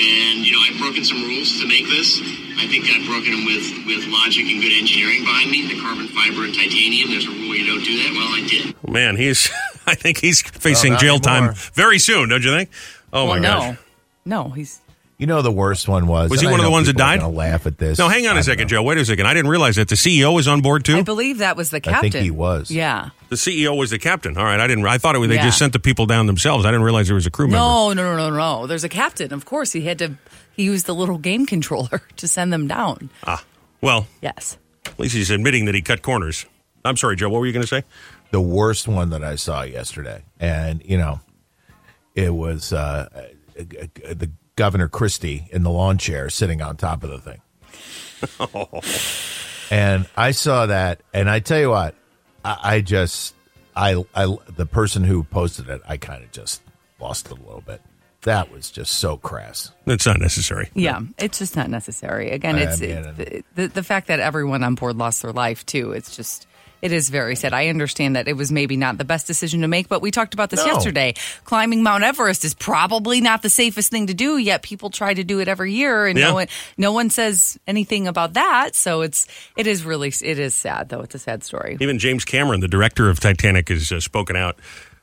Speaker 5: And you know, I've broken some rules to make this. I think I've broken them with with logic and good engineering behind me. The carbon fiber and titanium. There's a rule you don't do that. Well, I did.
Speaker 1: Oh, Man, he's. I think he's facing
Speaker 2: not
Speaker 1: jail
Speaker 2: anymore.
Speaker 1: time very soon. Don't you think? Oh
Speaker 3: well,
Speaker 1: my
Speaker 3: no,
Speaker 1: gosh.
Speaker 3: no, he's
Speaker 2: You know the worst one was.
Speaker 1: Was he
Speaker 2: and I
Speaker 1: one of the
Speaker 2: know
Speaker 1: ones that
Speaker 2: people are
Speaker 1: died?
Speaker 2: gonna Laugh at this.
Speaker 1: No, hang
Speaker 2: I
Speaker 1: on a
Speaker 2: don't
Speaker 1: second,
Speaker 2: know.
Speaker 1: Joe. Wait a second. I didn't realize that the CEO was on board too.
Speaker 3: I believe that was the captain.
Speaker 2: I think he was.
Speaker 3: Yeah.
Speaker 1: the CEO was the captain. All right, I didn't. I thought it was. They
Speaker 3: Yeah.
Speaker 1: just sent the people down themselves. I didn't realize there was a crew member.
Speaker 3: No, no, no, no, no. There's a captain. Of course, he had to. He used the little game controller to send them down.
Speaker 1: Well,
Speaker 3: Yes.
Speaker 1: at least he's admitting that he cut corners. I'm sorry, Joe. What were you going to say?
Speaker 2: The worst one that I saw yesterday, and you know, it was uh, uh, uh, the Governor Christie in the lawn chair sitting on top of the thing. and I saw that, and I tell you what, I, I just, I, I, the person who posted it, I kind of just lost it a little bit. That was just so crass.
Speaker 1: That's not necessary.
Speaker 3: Yeah, it's just not necessary. Again,
Speaker 2: I
Speaker 3: it's
Speaker 2: mean,
Speaker 3: it-
Speaker 2: and-
Speaker 3: the, the fact that everyone on board lost their life too. It's just it is very sad. I understand that it was maybe not the best decision to make, but we talked about this
Speaker 2: No.
Speaker 3: yesterday. Climbing Mount Everest is probably not the safest thing to do, yet people try to do it every year, and
Speaker 1: Yeah.
Speaker 3: no one no one says anything about that. So it's it is really it is sad though. It's a sad story.
Speaker 1: Even James Cameron, the director of Titanic, has uh, spoken out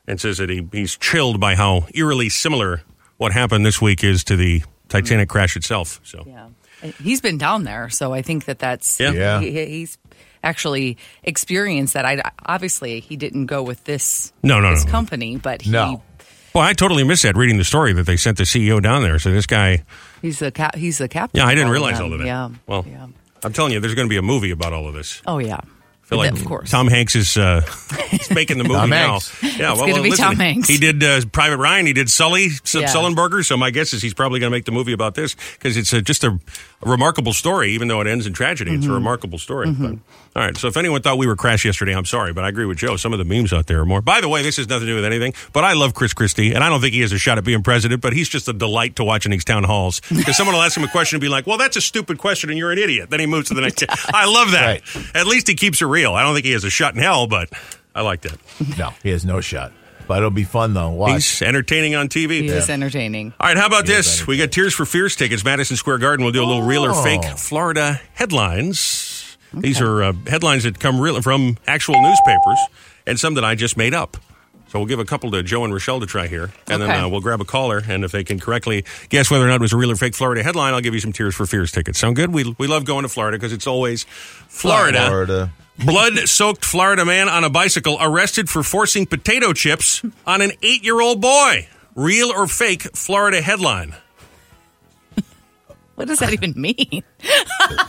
Speaker 1: and says that he, he's chilled by how eerily similar what happened this week is to the Titanic crash itself. So,
Speaker 3: Mm. Yeah. He's been down there, so I think that that's
Speaker 1: Yeah.
Speaker 2: Yeah.
Speaker 3: he- he's actually experienced that. I obviously he didn't go with this
Speaker 1: No, no,
Speaker 3: this
Speaker 1: Hmm. no.
Speaker 3: company, but he
Speaker 2: No.
Speaker 1: but Well, I totally missed that reading the story that they sent the CEO down there. So this guy,
Speaker 3: He's the cap. He's the captain.
Speaker 1: yeah, I didn't
Speaker 3: of
Speaker 1: realize
Speaker 3: them.
Speaker 1: all of that.
Speaker 3: Yeah.
Speaker 1: Well,
Speaker 3: yeah.
Speaker 1: I'm telling you, there's going to be a movie about all of this.
Speaker 3: Oh yeah.
Speaker 1: I feel like
Speaker 3: of course.
Speaker 1: Tom Hanks is uh, he's making the movie
Speaker 2: Tom
Speaker 1: now.
Speaker 2: Hanks.
Speaker 1: Yeah,
Speaker 3: It's gonna be Tom Hanks.
Speaker 1: He did uh, Private Ryan. He did Sully some
Speaker 3: Yeah.
Speaker 1: Sullenberger. So my guess is he's probably going to make the movie about this because it's uh just a remarkable story. Even though it ends in tragedy,
Speaker 3: Mm-hmm.
Speaker 1: it's a remarkable story. But, all right. So if anyone thought we were crashed yesterday, I'm sorry, but I agree with Joe. Some of the memes out there are more. By the way, this has nothing to do with anything. But I love Chris Christie, and I don't think he has a shot at being president. But he's just a delight to watch in these town halls because someone will ask him a question and be like, "Well, that's a stupid question, and you're an idiot." Then he moves to the next. I love that.
Speaker 2: Right.
Speaker 1: At least he keeps it real. I don't think he has a shot in hell, but I like that.
Speaker 2: No, he has no shot. But it'll be fun though. Watch.
Speaker 1: He's entertaining on TV.
Speaker 3: He is entertaining.
Speaker 1: All right, how about this? We got Tears for Fears tickets, Madison Square Garden. We'll do a little real or fake Florida headlines. These are uh, headlines that come real from actual newspapers and some that I just made up. So we'll give a couple to Joe and Rochelle to try here, and
Speaker 3: Okay.
Speaker 1: then uh, we'll grab a caller, and if they can correctly guess whether or not it was a real or fake Florida headline, I'll give you some Tears for Fears tickets. Sound good? We, we love going to Florida because it's always Florida.
Speaker 2: Florida.
Speaker 1: Blood soaked Florida man on a bicycle arrested for forcing potato chips on an eight year old boy. Real or fake Florida headline.
Speaker 3: What does that even mean?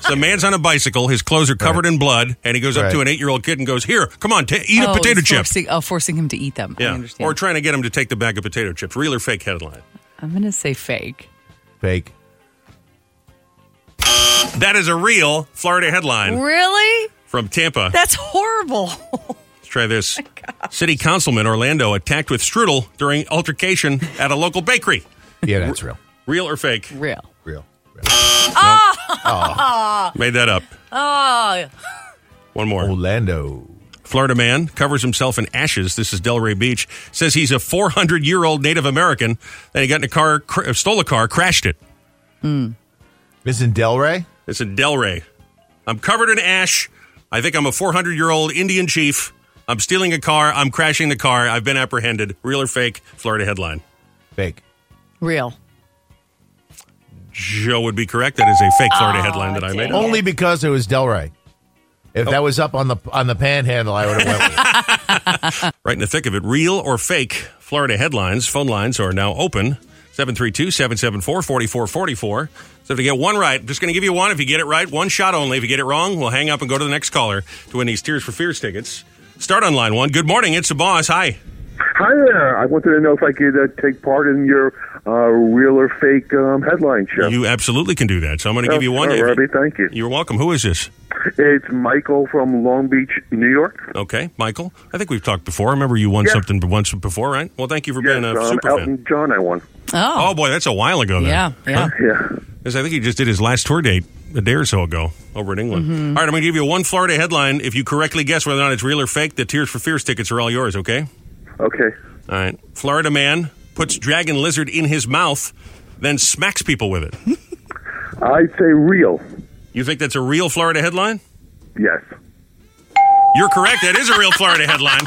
Speaker 1: So the man's on a bicycle, his clothes are covered in blood, and he goes up to an
Speaker 2: Right.
Speaker 1: eight year old kid and goes, Here, come on, ta eat
Speaker 3: Oh,
Speaker 1: a potato
Speaker 3: he's
Speaker 1: chip.
Speaker 3: Forcing, oh, forcing him to eat them. I
Speaker 1: Yeah.
Speaker 3: understand.
Speaker 1: Or trying to get him to take the bag of potato chips. Real or fake headline.
Speaker 3: I'm gonna say fake.
Speaker 2: Fake.
Speaker 1: That is a real Florida headline
Speaker 3: Really?
Speaker 1: from Tampa.
Speaker 3: That's horrible.
Speaker 1: Let's try
Speaker 3: Oh
Speaker 1: this. City Councilman Orlando attacked with strudel during altercation at a local bakery.
Speaker 2: Yeah, that's real.
Speaker 1: Real or fake?
Speaker 3: Real.
Speaker 2: Real. real.
Speaker 3: Uh,
Speaker 1: Made that up.
Speaker 3: Oh,
Speaker 1: One more.
Speaker 2: Orlando.
Speaker 1: Florida man covers himself in ashes. This is Delray Beach. Says he's a 400 year old Native American. Then he got in a car, cr- uh, stole a car, crashed it.
Speaker 2: Miss in Delray.
Speaker 1: It's in Delray. I'm covered in ash. I think I'm a 400 year old Indian chief. I'm stealing a car. I'm crashing the car. I've been apprehended. Real or fake? Florida headline.
Speaker 2: Fake.
Speaker 3: real.
Speaker 1: Joe would be correct. That is a fake Florida headline that I made. up.
Speaker 2: Only because it was Delray. If that was up on the on the panhandle, I would have went. With it.
Speaker 1: Right in the thick of it. Real or fake Florida headlines. Phone lines are now open. 732-774-4444. So if you get one right, I'm just going to give you one. If you get it right, one shot only. If you get it wrong, we'll hang up and go to the next caller to win these Tears for Fears tickets. Start on line one. Good morning. It's the boss. Hi.
Speaker 6: Hi there. I wanted to know if I could uh, take part in your uh, real or fake um, headline show.
Speaker 1: You absolutely can do that. So I'm going to give you
Speaker 6: Oh,
Speaker 1: one.
Speaker 6: oh,
Speaker 1: If-
Speaker 6: Robbie, thank you.
Speaker 1: You're welcome. Who is this?
Speaker 6: It's Michael from Long Beach, New York.
Speaker 1: Okay, Michael. I think we've talked before. I remember you won
Speaker 6: Yeah.
Speaker 1: something once before, right? Well, thank you for being a
Speaker 6: um,
Speaker 1: uh, super
Speaker 6: Elton
Speaker 1: fan.
Speaker 6: John, I won.
Speaker 3: Oh,
Speaker 1: Oh boy, that's a while ago. Then.
Speaker 3: yeah, yeah.
Speaker 6: Yeah.
Speaker 1: Because I think he just did his last tour date a day or so ago over in England. All right, I'm going to give you one Florida headline. If you correctly guess whether or not it's real or fake, the Tears for Fears tickets are all yours, okay?
Speaker 6: Okay.
Speaker 1: All right. Florida man puts dragon lizard in his mouth, then smacks people with it.
Speaker 6: I'd say real.
Speaker 1: You think that's a real Florida headline?
Speaker 6: Yes.
Speaker 1: You're correct. That is a real Florida headline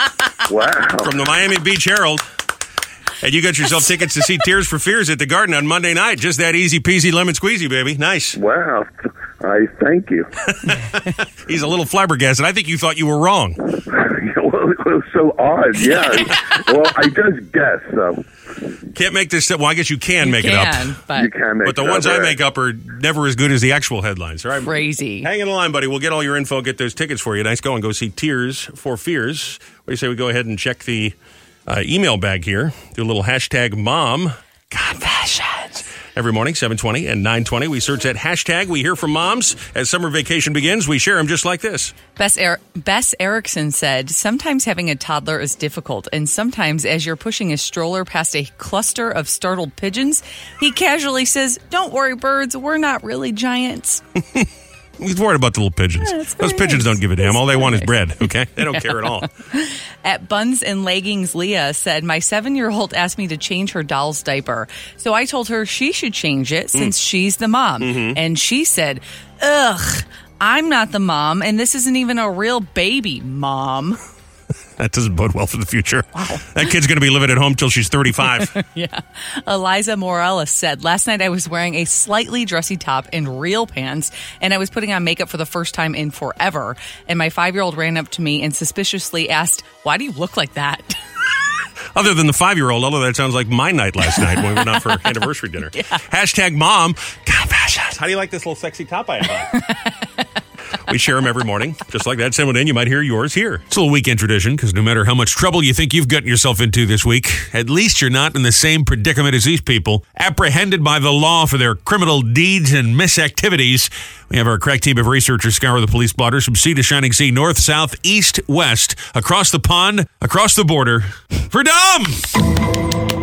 Speaker 6: Wow.
Speaker 1: from the Miami Beach Herald. And you got yourself tickets to see Tears for Fears at the Garden on Monday night. Just that easy peasy lemon squeezy, baby. Nice.
Speaker 6: Wow. I thank you.
Speaker 1: He's a little flabbergasted. I think you thought you were wrong.
Speaker 6: well, it was so odd. Yeah. well, I just guess, so
Speaker 1: Can't make this. Well, I guess you can make it
Speaker 3: Can,
Speaker 1: up.
Speaker 3: but
Speaker 6: you can make
Speaker 1: But the
Speaker 6: it up,
Speaker 1: ones I
Speaker 6: all right.
Speaker 1: make up are never as good as the actual headlines. All right.
Speaker 3: crazy.
Speaker 1: Hang in the line, buddy. We'll get all your info, get those tickets for you. Nice going. Go see Tears for Fears. What do you say we go ahead and check the uh, email bag here? Do a little hashtag mom confessions. Every morning, 720 and 920, we search that hashtag. We hear from moms. As summer vacation begins, we share them just like this.
Speaker 3: Bess, er- Bess Erickson said, Sometimes having a toddler is difficult, and sometimes as you're pushing a stroller past a cluster of startled pigeons, he casually says, Don't worry, birds, we're not really giants.
Speaker 1: He's worried about the little pigeons.
Speaker 3: that's
Speaker 1: Those
Speaker 3: very
Speaker 1: pigeons
Speaker 3: nice.
Speaker 1: don't give a damn. all they want is bread, okay? They don't care at all.
Speaker 3: At Buns and Leggings, Leah said, My seven year old asked me to change her doll's diaper. So I told her she should change it since she's the mom. And she said, Ugh, I'm not the mom, and this isn't even a real baby, mom.
Speaker 1: That doesn't bode well for the future. That kid's going to be living at home till she's 35.
Speaker 3: Eliza Morales said, Last night I was wearing a slightly dressy top and real pants, and I was putting on makeup for the first time in forever. And my five year old ran up to me and suspiciously asked, Why do you look like that?
Speaker 1: Other than the five year old, although that sounds like my night last night when we went out for anniversary dinner. Hashtag mom confessions. How do you like this little sexy top I have on? We share them every morning. Just like that, send one in. You might hear yours here. It's a little weekend tradition because no matter how much trouble you think you've gotten yourself into this week, at least you're not in the same predicament as these people, apprehended by the law for their criminal deeds and misactivities. We have our crack team of researchers scour the police blotters from sea to shining sea, north, south, east, west, across the pond, across the border, for dumb!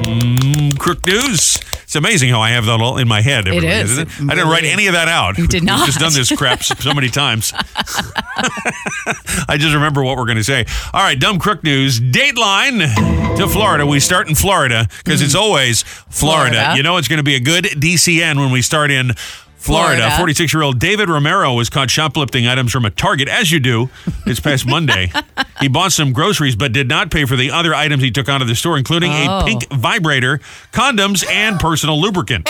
Speaker 1: Mm, crook news. It's amazing how I have that all in my head. every
Speaker 3: It
Speaker 1: day,
Speaker 3: is.
Speaker 1: isn't
Speaker 3: It
Speaker 1: I didn't write
Speaker 3: really-
Speaker 1: any of that out.
Speaker 3: You did
Speaker 1: We've
Speaker 3: not.
Speaker 1: just done this crap so so many times. I just remember what we're going to say. All right, dumb crook news. Dateline to Florida. We start in Florida because it's always Florida.
Speaker 3: Hmm. Florida.
Speaker 1: You know it's going to be a good DCN when we start in. Florida.
Speaker 3: Florida.
Speaker 1: 46 year old David Romero was caught shoplifting items from a Target, as you do, this past Monday. He bought some groceries but did not pay for the other items he took out of the store, including a
Speaker 3: Oh.
Speaker 1: pink vibrator, condoms, and personal lubricant.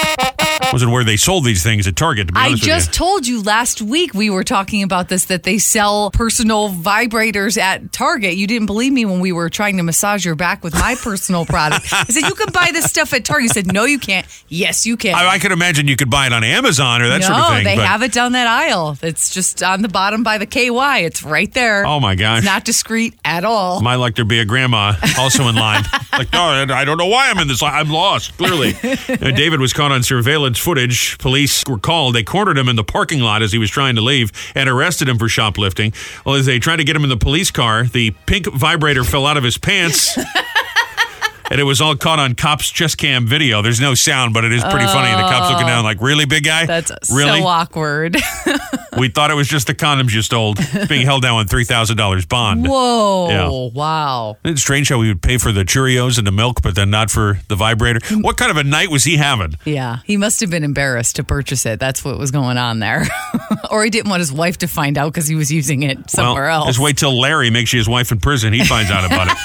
Speaker 1: Wasn't where they sold these things at Target, to be
Speaker 3: I
Speaker 1: honest with you.
Speaker 3: just told you last week we were talking about this that they sell personal vibrators at Target. You didn't believe me when we were trying to massage your back with my personal product. I said, You can buy this stuff at Target. You said, No, you can't. Yes, you can.
Speaker 1: I, I could imagine you could buy it on Amazon or that
Speaker 3: no,
Speaker 1: sort of thing.
Speaker 3: they
Speaker 1: but-
Speaker 3: have it down that aisle. It's just on the bottom by the KY. It's right there.
Speaker 1: Oh my gosh.
Speaker 3: It's not discreet at all.
Speaker 1: My like there be a grandma also in line. like, no, I I don't know why I'm in this line. I'm lost, clearly. Uh, David was caught on surveillance footage. Police were called. They cornered him in the parking lot as he was trying to leave and arrested him for shoplifting. Well, as they tried to get him in the police car, the pink vibrator fell out of his pants. And it was all caught on cops chest cam video. There's no sound, but it is pretty funny. The cops looking down like, really, big guy?
Speaker 3: Oh. That's
Speaker 1: really?
Speaker 3: so awkward.
Speaker 1: We thought it was just the condoms you stole being held down on $3,000 bond.
Speaker 3: Whoa.
Speaker 1: Yeah.
Speaker 3: Oh, Wow.
Speaker 1: Isn't it strange how we would pay for the Cheerios and the milk, but then not for the vibrator?
Speaker 3: Mm.
Speaker 1: What kind of a night was he having?
Speaker 3: Yeah. He must have been embarrassed to purchase it. That's what was going on there. or he didn't want his wife to find out because he was using it somewhere
Speaker 1: well,
Speaker 3: else.
Speaker 1: Just wait till Larry makes you his wife in prison. He finds out about it.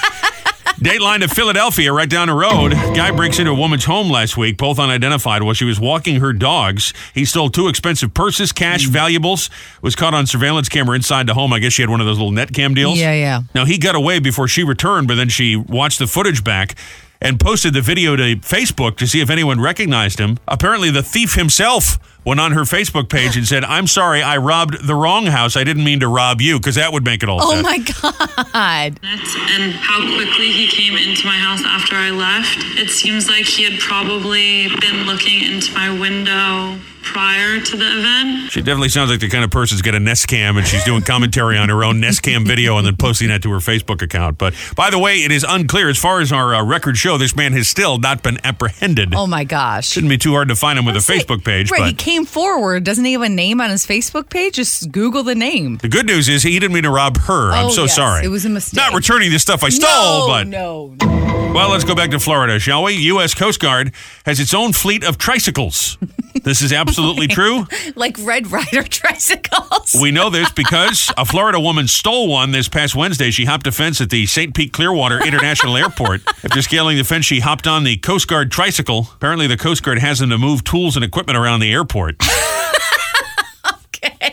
Speaker 1: Dateline to Philadelphia, right down the road. Guy breaks into a woman's home last week, both unidentified, while she was walking her dogs. He stole two expensive purses,
Speaker 3: Mm.
Speaker 1: cash, valuables. Was caught on surveillance camera inside the home. I guess she had one of those little net cam deals.
Speaker 3: Yeah, yeah.
Speaker 1: Now he got away before she returned, but then she watched the footage back and posted the video to Facebook to see if anyone recognized him. Apparently, the thief himself went on her Facebook page and said, "I'm sorry, I robbed the wrong house. I didn't mean to rob you because that would make it all."
Speaker 3: Oh
Speaker 1: sad."
Speaker 3: my God.
Speaker 7: and how quickly he came into my house after I left. It seems like he had probably been looking into my window prior to the event.
Speaker 1: She definitely sounds like the kind of person's got a Nest cam and she's doing commentary on her own Nest cam video and then posting that to her Facebook account. But by the way, it is unclear as far as our uh, records show, this man has still not been apprehended.
Speaker 3: Oh my gosh.
Speaker 1: Shouldn't be too hard to find him with a
Speaker 3: Let's see.
Speaker 1: Facebook page.
Speaker 3: Right.
Speaker 1: but
Speaker 3: He came forward. Doesn't he have a name on his Facebook page? Just Google the name.
Speaker 1: The good news is he didn't mean to rob her. I'm
Speaker 3: Oh,
Speaker 1: so
Speaker 3: yes.
Speaker 1: sorry.
Speaker 3: It was a mistake.
Speaker 1: Not returning the stuff I stole,
Speaker 3: no,
Speaker 1: but
Speaker 3: no.
Speaker 1: well, let's go back to Florida, shall we? U.S. Coast Guard has its own fleet of tricycles. this is absolutely true.
Speaker 3: Like Red Rider tricycles.
Speaker 1: We know this because a Florida woman stole one this past Wednesday. She hopped a fence at the St. Pete Clearwater International Airport. After scaling the fence, she hopped on the Coast Guard tricycle. Apparently, the Coast Guard has them to move tools and equipment around the airport.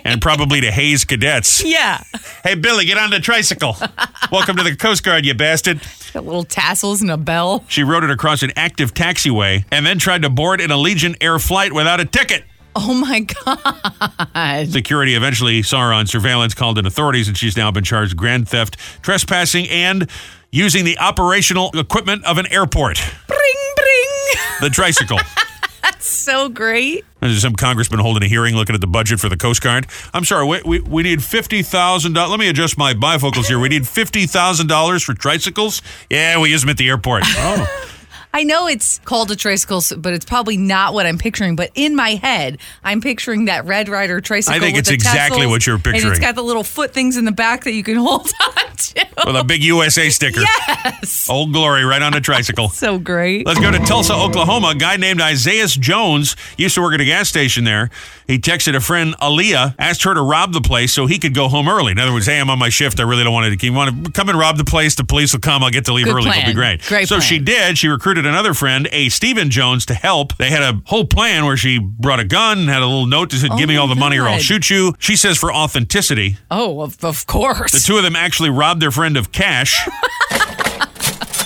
Speaker 1: And probably to haze cadets.
Speaker 3: yeah.
Speaker 1: Hey, Billy, get on the tricycle. Welcome to the Coast Guard, you bastard.
Speaker 3: Got little tassels and a bell.
Speaker 1: She rode it across an active taxiway and then tried to board an Allegiant Air flight without a ticket.
Speaker 3: Oh my God.
Speaker 1: Security eventually saw her on surveillance, called in authorities, and she's now been charged with grand theft, trespassing, and using the operational equipment of an airport,
Speaker 3: Bring, bring.
Speaker 1: the tricycle.
Speaker 3: So great.
Speaker 1: There's some congressman holding a hearing looking at the budget for the Coast Guard. I'm sorry, we, we, we need $50,000. Let me adjust my bifocals here. We need $50,000 for tricycles. Yeah, we use them at the airport. Oh.
Speaker 3: I know it's called a tricycle, s- but it's probably not what I'm picturing. But in my head, I'm picturing that Red Rider tricycle.
Speaker 1: I think
Speaker 3: with
Speaker 1: it's
Speaker 3: the
Speaker 1: exactly
Speaker 3: tassels,
Speaker 1: what you're
Speaker 3: And
Speaker 1: picturing.
Speaker 3: it's got the little foot things in the back that you can hold on to.
Speaker 1: with a big USA sticker.
Speaker 3: Yes.
Speaker 1: Old Glory right on a tricycle.
Speaker 3: So great.
Speaker 1: Let's go to Tulsa, Oklahoma. A guy named Isaiah Jones used to work at a gas station there. He texted a friend, Aaliyah, asked her to rob the place so he could go home early. In other words, hey, I'm on my shift. I really don't want to keep. Want to come and rob the place? The police will come. I'll get to leave
Speaker 3: Good
Speaker 1: early. It'll be
Speaker 3: plan.
Speaker 1: great.
Speaker 3: Great
Speaker 1: So she
Speaker 3: plan.
Speaker 1: did. She recruited another friend, a Stephen Jones, to help. They had a whole plan where she brought a gun, had a little note that said, "Give me
Speaker 3: Oh my
Speaker 1: all the money or I'll
Speaker 3: God.
Speaker 1: shoot you." She says for authenticity,
Speaker 3: Oh, of, of course.
Speaker 1: the two of them actually robbed their friend of cash.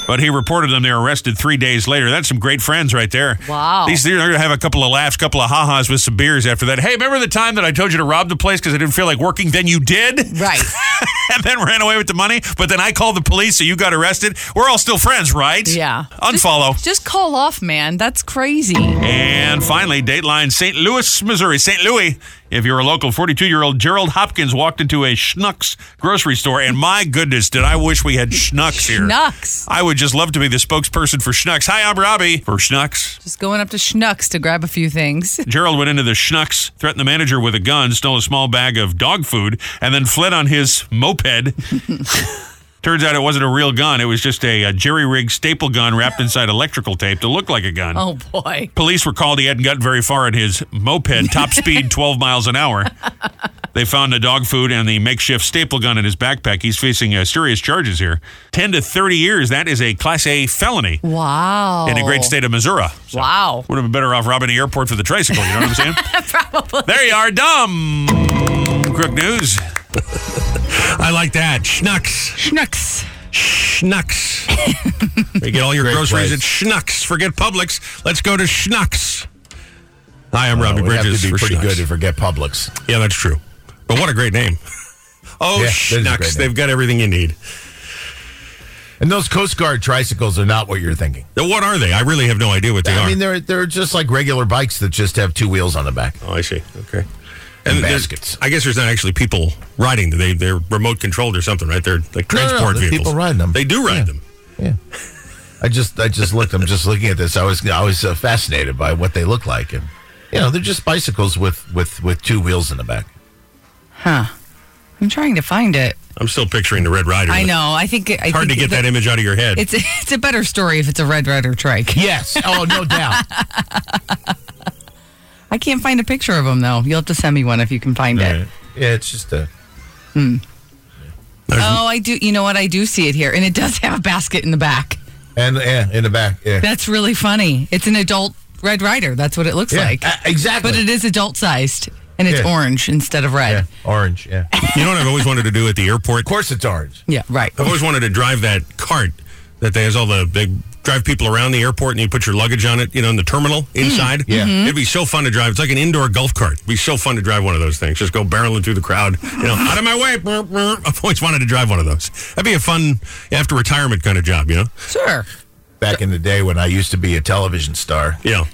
Speaker 1: But he reported them. They were arrested three days later. That's some great friends right there.
Speaker 3: Wow.
Speaker 1: These they're going to have a couple of laughs, couple of ha-has with some beers after that. Hey, remember the time that I told you to rob the place because I didn't feel like working? Then you did,
Speaker 3: Right.
Speaker 1: and then ran away with the money. But then I called the police, so you got arrested. We're all still friends, right?
Speaker 3: Yeah.
Speaker 1: Unfollow.
Speaker 3: Just call off, man. That's crazy.
Speaker 1: And finally, Dateline St. Louis, Missouri. St. Louis, if you're a local, 42 year old Gerald Hopkins walked into a Schnucks grocery store, and my goodness, did I wish we had Schnucks here.
Speaker 3: Schnucks.
Speaker 1: I would just love to be the spokesperson for Schnucks. Hi, I'm Robbie for Schnucks.
Speaker 3: Just going up to Schnucks to grab a few things.
Speaker 1: Gerald went into the Schnucks, threatened the manager with a gun, stole a small bag of dog food, and then fled on his moped. Turns out it wasn't a real gun. It was just a, a jerry rigged staple gun wrapped inside electrical tape to look like a gun.
Speaker 3: Oh boy.
Speaker 1: Police were called. He hadn't gotten very far in his moped, top speed 12 miles an hour. They found the dog food and the makeshift staple gun in his backpack. He's facing uh, serious charges here 10 to 30 years. That is a Class A felony
Speaker 3: Wow.
Speaker 1: in the great state of Missouri. So
Speaker 3: Wow.
Speaker 1: Would have been better off robbing the airport for the tricycle. You know what I'm saying? Probably. There you are, dumb. Crook news. I like that. Schnucks.
Speaker 3: Schnucks.
Speaker 1: Schnucks. you get all your groceries
Speaker 2: place.
Speaker 1: at Schnucks. Forget Publix. Let's go to Schnucks. Hi, I'm Robbie
Speaker 2: Well, we'd have
Speaker 1: Bridges.
Speaker 2: Uh, to be
Speaker 1: for
Speaker 2: pretty
Speaker 1: Schnucks.
Speaker 2: good to forget Publix.
Speaker 1: Yeah, that's true. But what a great name. Oh,
Speaker 2: Yeah, that is a great
Speaker 1: Schnucks.
Speaker 2: name.
Speaker 1: They've got everything you need.
Speaker 2: And those Coast Guard tricycles are not what you're thinking.
Speaker 1: Now, What are they? I really have no idea what they
Speaker 2: I
Speaker 1: are.
Speaker 2: mean, they're they're just like regular bikes that just have two wheels on the back.
Speaker 1: oh, I see. Okay.
Speaker 2: And
Speaker 1: there's-
Speaker 2: baskets.
Speaker 1: I guess there's not actually people riding. them. They they're remote controlled or something, right? They're like
Speaker 2: No, no, no,
Speaker 1: transport
Speaker 2: the
Speaker 1: vehicles.
Speaker 2: people riding them.
Speaker 1: They do ride
Speaker 2: Yeah.
Speaker 1: them.
Speaker 2: Yeah. I just I just looked. I'm just looking at this. I was I was uh, fascinated by what they look like, and you know they're just bicycles with with with two wheels in the back.
Speaker 3: Huh. I'm trying to find it.
Speaker 1: I'm still picturing the Red Rider.
Speaker 3: I know. I think I
Speaker 1: It's hard
Speaker 3: think
Speaker 1: to get that image out of your head.
Speaker 3: It's it's a better story if it's a red rider trike.
Speaker 2: Yes. Oh, no doubt.
Speaker 3: I can't find a picture of him though. You'll have to send me one if you can find it.
Speaker 2: Yeah, it's just a.
Speaker 1: There's-
Speaker 3: Oh, I do. You know what? I do see it here, and it does have a basket in the back.
Speaker 2: And yeah, in the back. Yeah.
Speaker 3: That's really funny. It's an adult red rider. That's what it looks
Speaker 2: Yeah,
Speaker 3: like.
Speaker 2: uh, exactly.
Speaker 3: But it is adult sized, and it's
Speaker 2: Yeah.
Speaker 3: orange instead of
Speaker 2: yeah.
Speaker 3: red.
Speaker 2: Orange. Yeah. of
Speaker 1: you know what I've always wanted to do at the airport?
Speaker 2: course, it's orange.
Speaker 3: Yeah, right.
Speaker 1: I've always wanted to drive that cart that they has all the they drive people around the airport and you put your luggage on it, you know, in the terminal inside.
Speaker 2: yeah. Mhm.
Speaker 1: It'd be so fun to drive. It's like an indoor golf cart. It'd be so fun to drive one of those things. Just go barreling through the crowd. You know, out of my way. brr, brr. I've always wanted to drive one of those. That'd be a fun after retirement kind of job, you know?
Speaker 3: Sure.
Speaker 2: Back in the day when I used to be a television star,
Speaker 1: Yeah.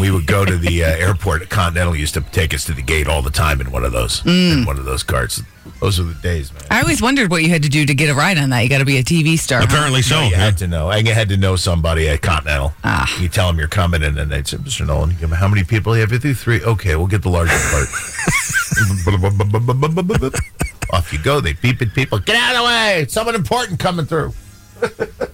Speaker 2: we would go to the uh, airport. Continental used to take us to the gate all the time in one of those,
Speaker 3: Mm.
Speaker 2: in one of those carts. Those were the days, man.
Speaker 3: I always wondered what you had to do to get a ride on that. You got to be a TV star. huh?
Speaker 1: Apparently so.
Speaker 3: Oh,
Speaker 2: No, you
Speaker 1: yeah.
Speaker 2: had to know. I had to know somebody at Continental.
Speaker 3: Ah.
Speaker 2: You tell them you're coming, and then they'd say, "Mr. Nolan, you- how many people you have? With you three. Okay, we'll get the largest part." Off you go. They beep at people. Get out of the way. Someone important coming through.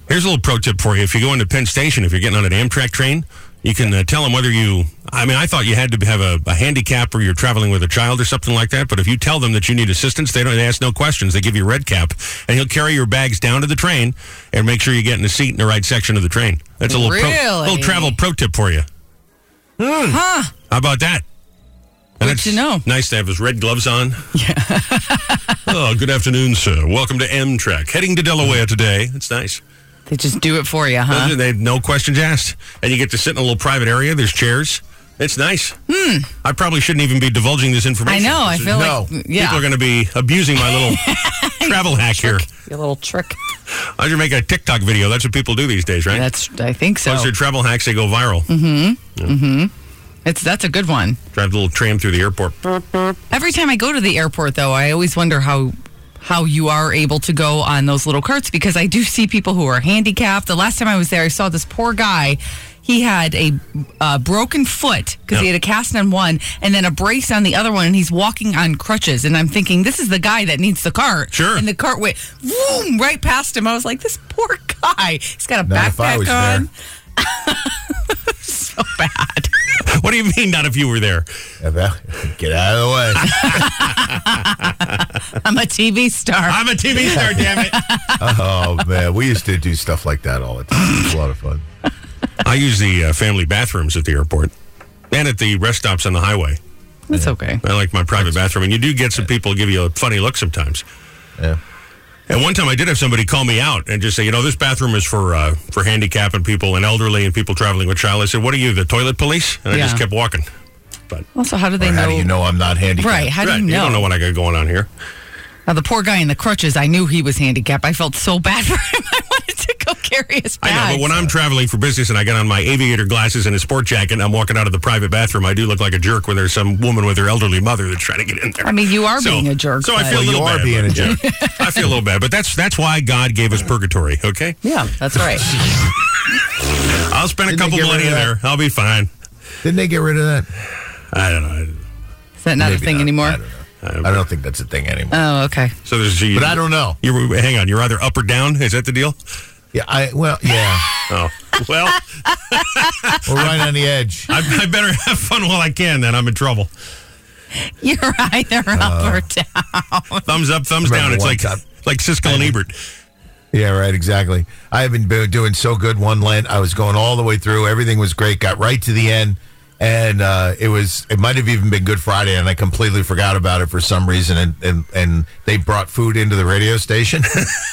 Speaker 1: Here's a little pro tip for you. If you go into Penn Station, if you're getting on an Amtrak train, you can uh, tell them whether you. I mean, I thought you had to have a, a handicap or you're traveling with a child or something like that. But if you tell them that you need assistance, they don't they ask no questions. They give you a red cap, and he'll carry your bags down to the train and make sure you get in the seat in the right section of the train. That's a little pro,
Speaker 3: Really?
Speaker 1: little travel pro tip for you.
Speaker 3: Huh.
Speaker 1: How about that? And
Speaker 3: Good
Speaker 1: it's
Speaker 3: to know.
Speaker 1: Nice to have his red gloves on. Yeah. oh, good afternoon, sir. Welcome to Amtrak. Heading to Delaware today. It's nice.
Speaker 3: They just do it for you, huh?
Speaker 1: Those are- They no questions asked, and you get to sit in a little private area. There's chairs. It's nice. Hmm. I probably shouldn't even be divulging this
Speaker 3: I
Speaker 1: information.
Speaker 3: know. I feel
Speaker 2: No.
Speaker 3: like yeah.
Speaker 1: People are going to be abusing my little travel hack here.
Speaker 3: Your little trick.
Speaker 1: I should make a TikTok video. That's what people do these days, right?
Speaker 3: That's. Mm-hmm. I think so.
Speaker 1: Once their travel hacks, they go viral.
Speaker 3: It's that's a good one.
Speaker 1: Drive the little tram through the airport.
Speaker 3: Every time I go to the airport, though, I always wonder how how you are able to go on those little carts because I do see people who are handicapped. The last time I was there, I saw this poor guy. He had a uh, broken foot because he
Speaker 1: Yeah.
Speaker 3: had a cast on one and then a brace on the other one, and he's walking on crutches. And I'm thinking, this is the guy that needs the cart.
Speaker 1: Sure.
Speaker 3: And the cart went boom right past him. I was like, this poor guy. He's got a
Speaker 2: Not if I
Speaker 3: backpack
Speaker 2: was
Speaker 3: on.
Speaker 2: there.
Speaker 3: So bad.
Speaker 1: What do you mean? Not if you were there?
Speaker 2: Yeah, that- Get out of the way.
Speaker 3: I'm a TV star.
Speaker 1: I'm a TV star, damn it!
Speaker 2: oh man, we used to do stuff like that all the time. It was a lot of fun.
Speaker 1: I use the uh, family bathrooms at the airport and at the rest stops on the highway.
Speaker 3: That's okay.
Speaker 1: I like my private bathroom, and you do get some people give you a funny look sometimes.
Speaker 2: Yeah.
Speaker 1: And one time I did have somebody call me out and just say, you know, this bathroom is for uh, for handicapped and people and elderly and people traveling with child. I said, what are you, the toilet police? And I just
Speaker 3: Yeah.
Speaker 1: kept walking. But
Speaker 3: Also, how do they
Speaker 2: Or
Speaker 3: know?
Speaker 2: how do you know I'm not handicapped?
Speaker 3: Right. How do
Speaker 1: Right,
Speaker 3: you know?
Speaker 1: don't know what I got going on here.
Speaker 3: Now, the poor guy in the crutches, I knew he was handicapped. I felt so bad for him. I wanted to go carry his
Speaker 1: I
Speaker 3: bags.
Speaker 1: know, but when I'm traveling for business and I get on my aviator glasses and a sport jacket and I'm walking out of the private bathroom, I do look like a jerk when there's some woman with her elderly mother that's trying to get in there.
Speaker 3: I mean, you are being a jerk,
Speaker 1: So I
Speaker 3: but-
Speaker 1: feel a
Speaker 3: Well,
Speaker 2: you
Speaker 1: little
Speaker 2: are
Speaker 1: bad,
Speaker 2: being a
Speaker 1: but-
Speaker 2: jerk.
Speaker 1: yeah. I feel a little bad, but that's that's why God gave us purgatory. Okay,
Speaker 3: yeah, that's right.
Speaker 1: I'll spend a
Speaker 2: Didn't
Speaker 1: couple
Speaker 2: they get
Speaker 1: millennia
Speaker 2: rid of
Speaker 1: there. I'll be fine.
Speaker 2: Didn't they get rid of that?
Speaker 1: I don't know.
Speaker 3: Is that not a
Speaker 2: Maybe
Speaker 3: thing
Speaker 2: not.
Speaker 3: anymore?
Speaker 2: I don't know. I don't think that's a thing anymore.
Speaker 3: Oh, okay.
Speaker 1: So there's you,
Speaker 2: but I don't know.
Speaker 1: You hang on. You're either up or down. Is that the deal?
Speaker 2: Yeah, I well, yeah,
Speaker 1: Oh well,
Speaker 2: we're right on the edge.
Speaker 1: I, I better have fun while I can. Then I'm in trouble.
Speaker 3: You're either
Speaker 1: Uh.
Speaker 3: up or down.
Speaker 1: Thumbs up, thumbs down.
Speaker 2: Remember
Speaker 1: It's
Speaker 2: one
Speaker 1: like
Speaker 2: time-
Speaker 1: like Siskel and Ebert.
Speaker 2: Yeah, right. Exactly. I have been bo- doing so good one Lent. I was going all the way through. Everything was great. Got right to the end, and uh, it was. It might have even been Good Friday, and I completely forgot about it for some reason. And and, and they brought food into the radio station,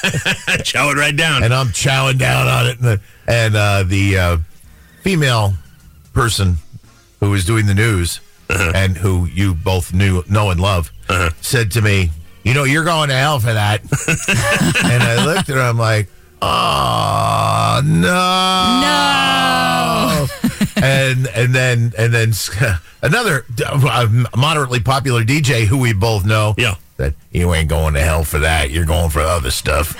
Speaker 1: Chow it right down.
Speaker 2: and I'm chowing down on it. And the, and, uh, the uh, female person who was doing the news and who you both knew know and love said to me, "You know, you're going to hell for that." and I looked at her. I'm like, "Oh no, no!" and and then and then another uh, moderately popular DJ who we both know.
Speaker 1: Yeah.
Speaker 2: That you ain't going to hell for that. You're going for other stuff.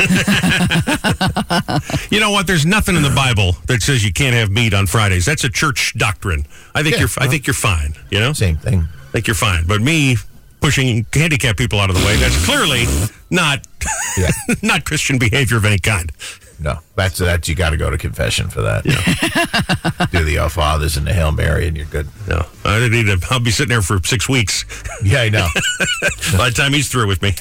Speaker 1: You know what? There's nothing in the Bible that says you can't have meat on Fridays. That's a church doctrine. I think
Speaker 2: Yeah,
Speaker 1: you're. I think you're fine. You know,
Speaker 2: Same thing.
Speaker 1: I think you're fine. But me pushing handicapped people out of the way. That's clearly not
Speaker 2: Yeah.
Speaker 1: not Christian behavior of any kind.
Speaker 2: No, that's that. You got to go to confession for that. Do the Our Fathers and the Hail Mary, and you're good.
Speaker 1: No, I don't need to. I'll be sitting there for six weeks
Speaker 2: Yeah, I know.
Speaker 1: by the time he's through with me.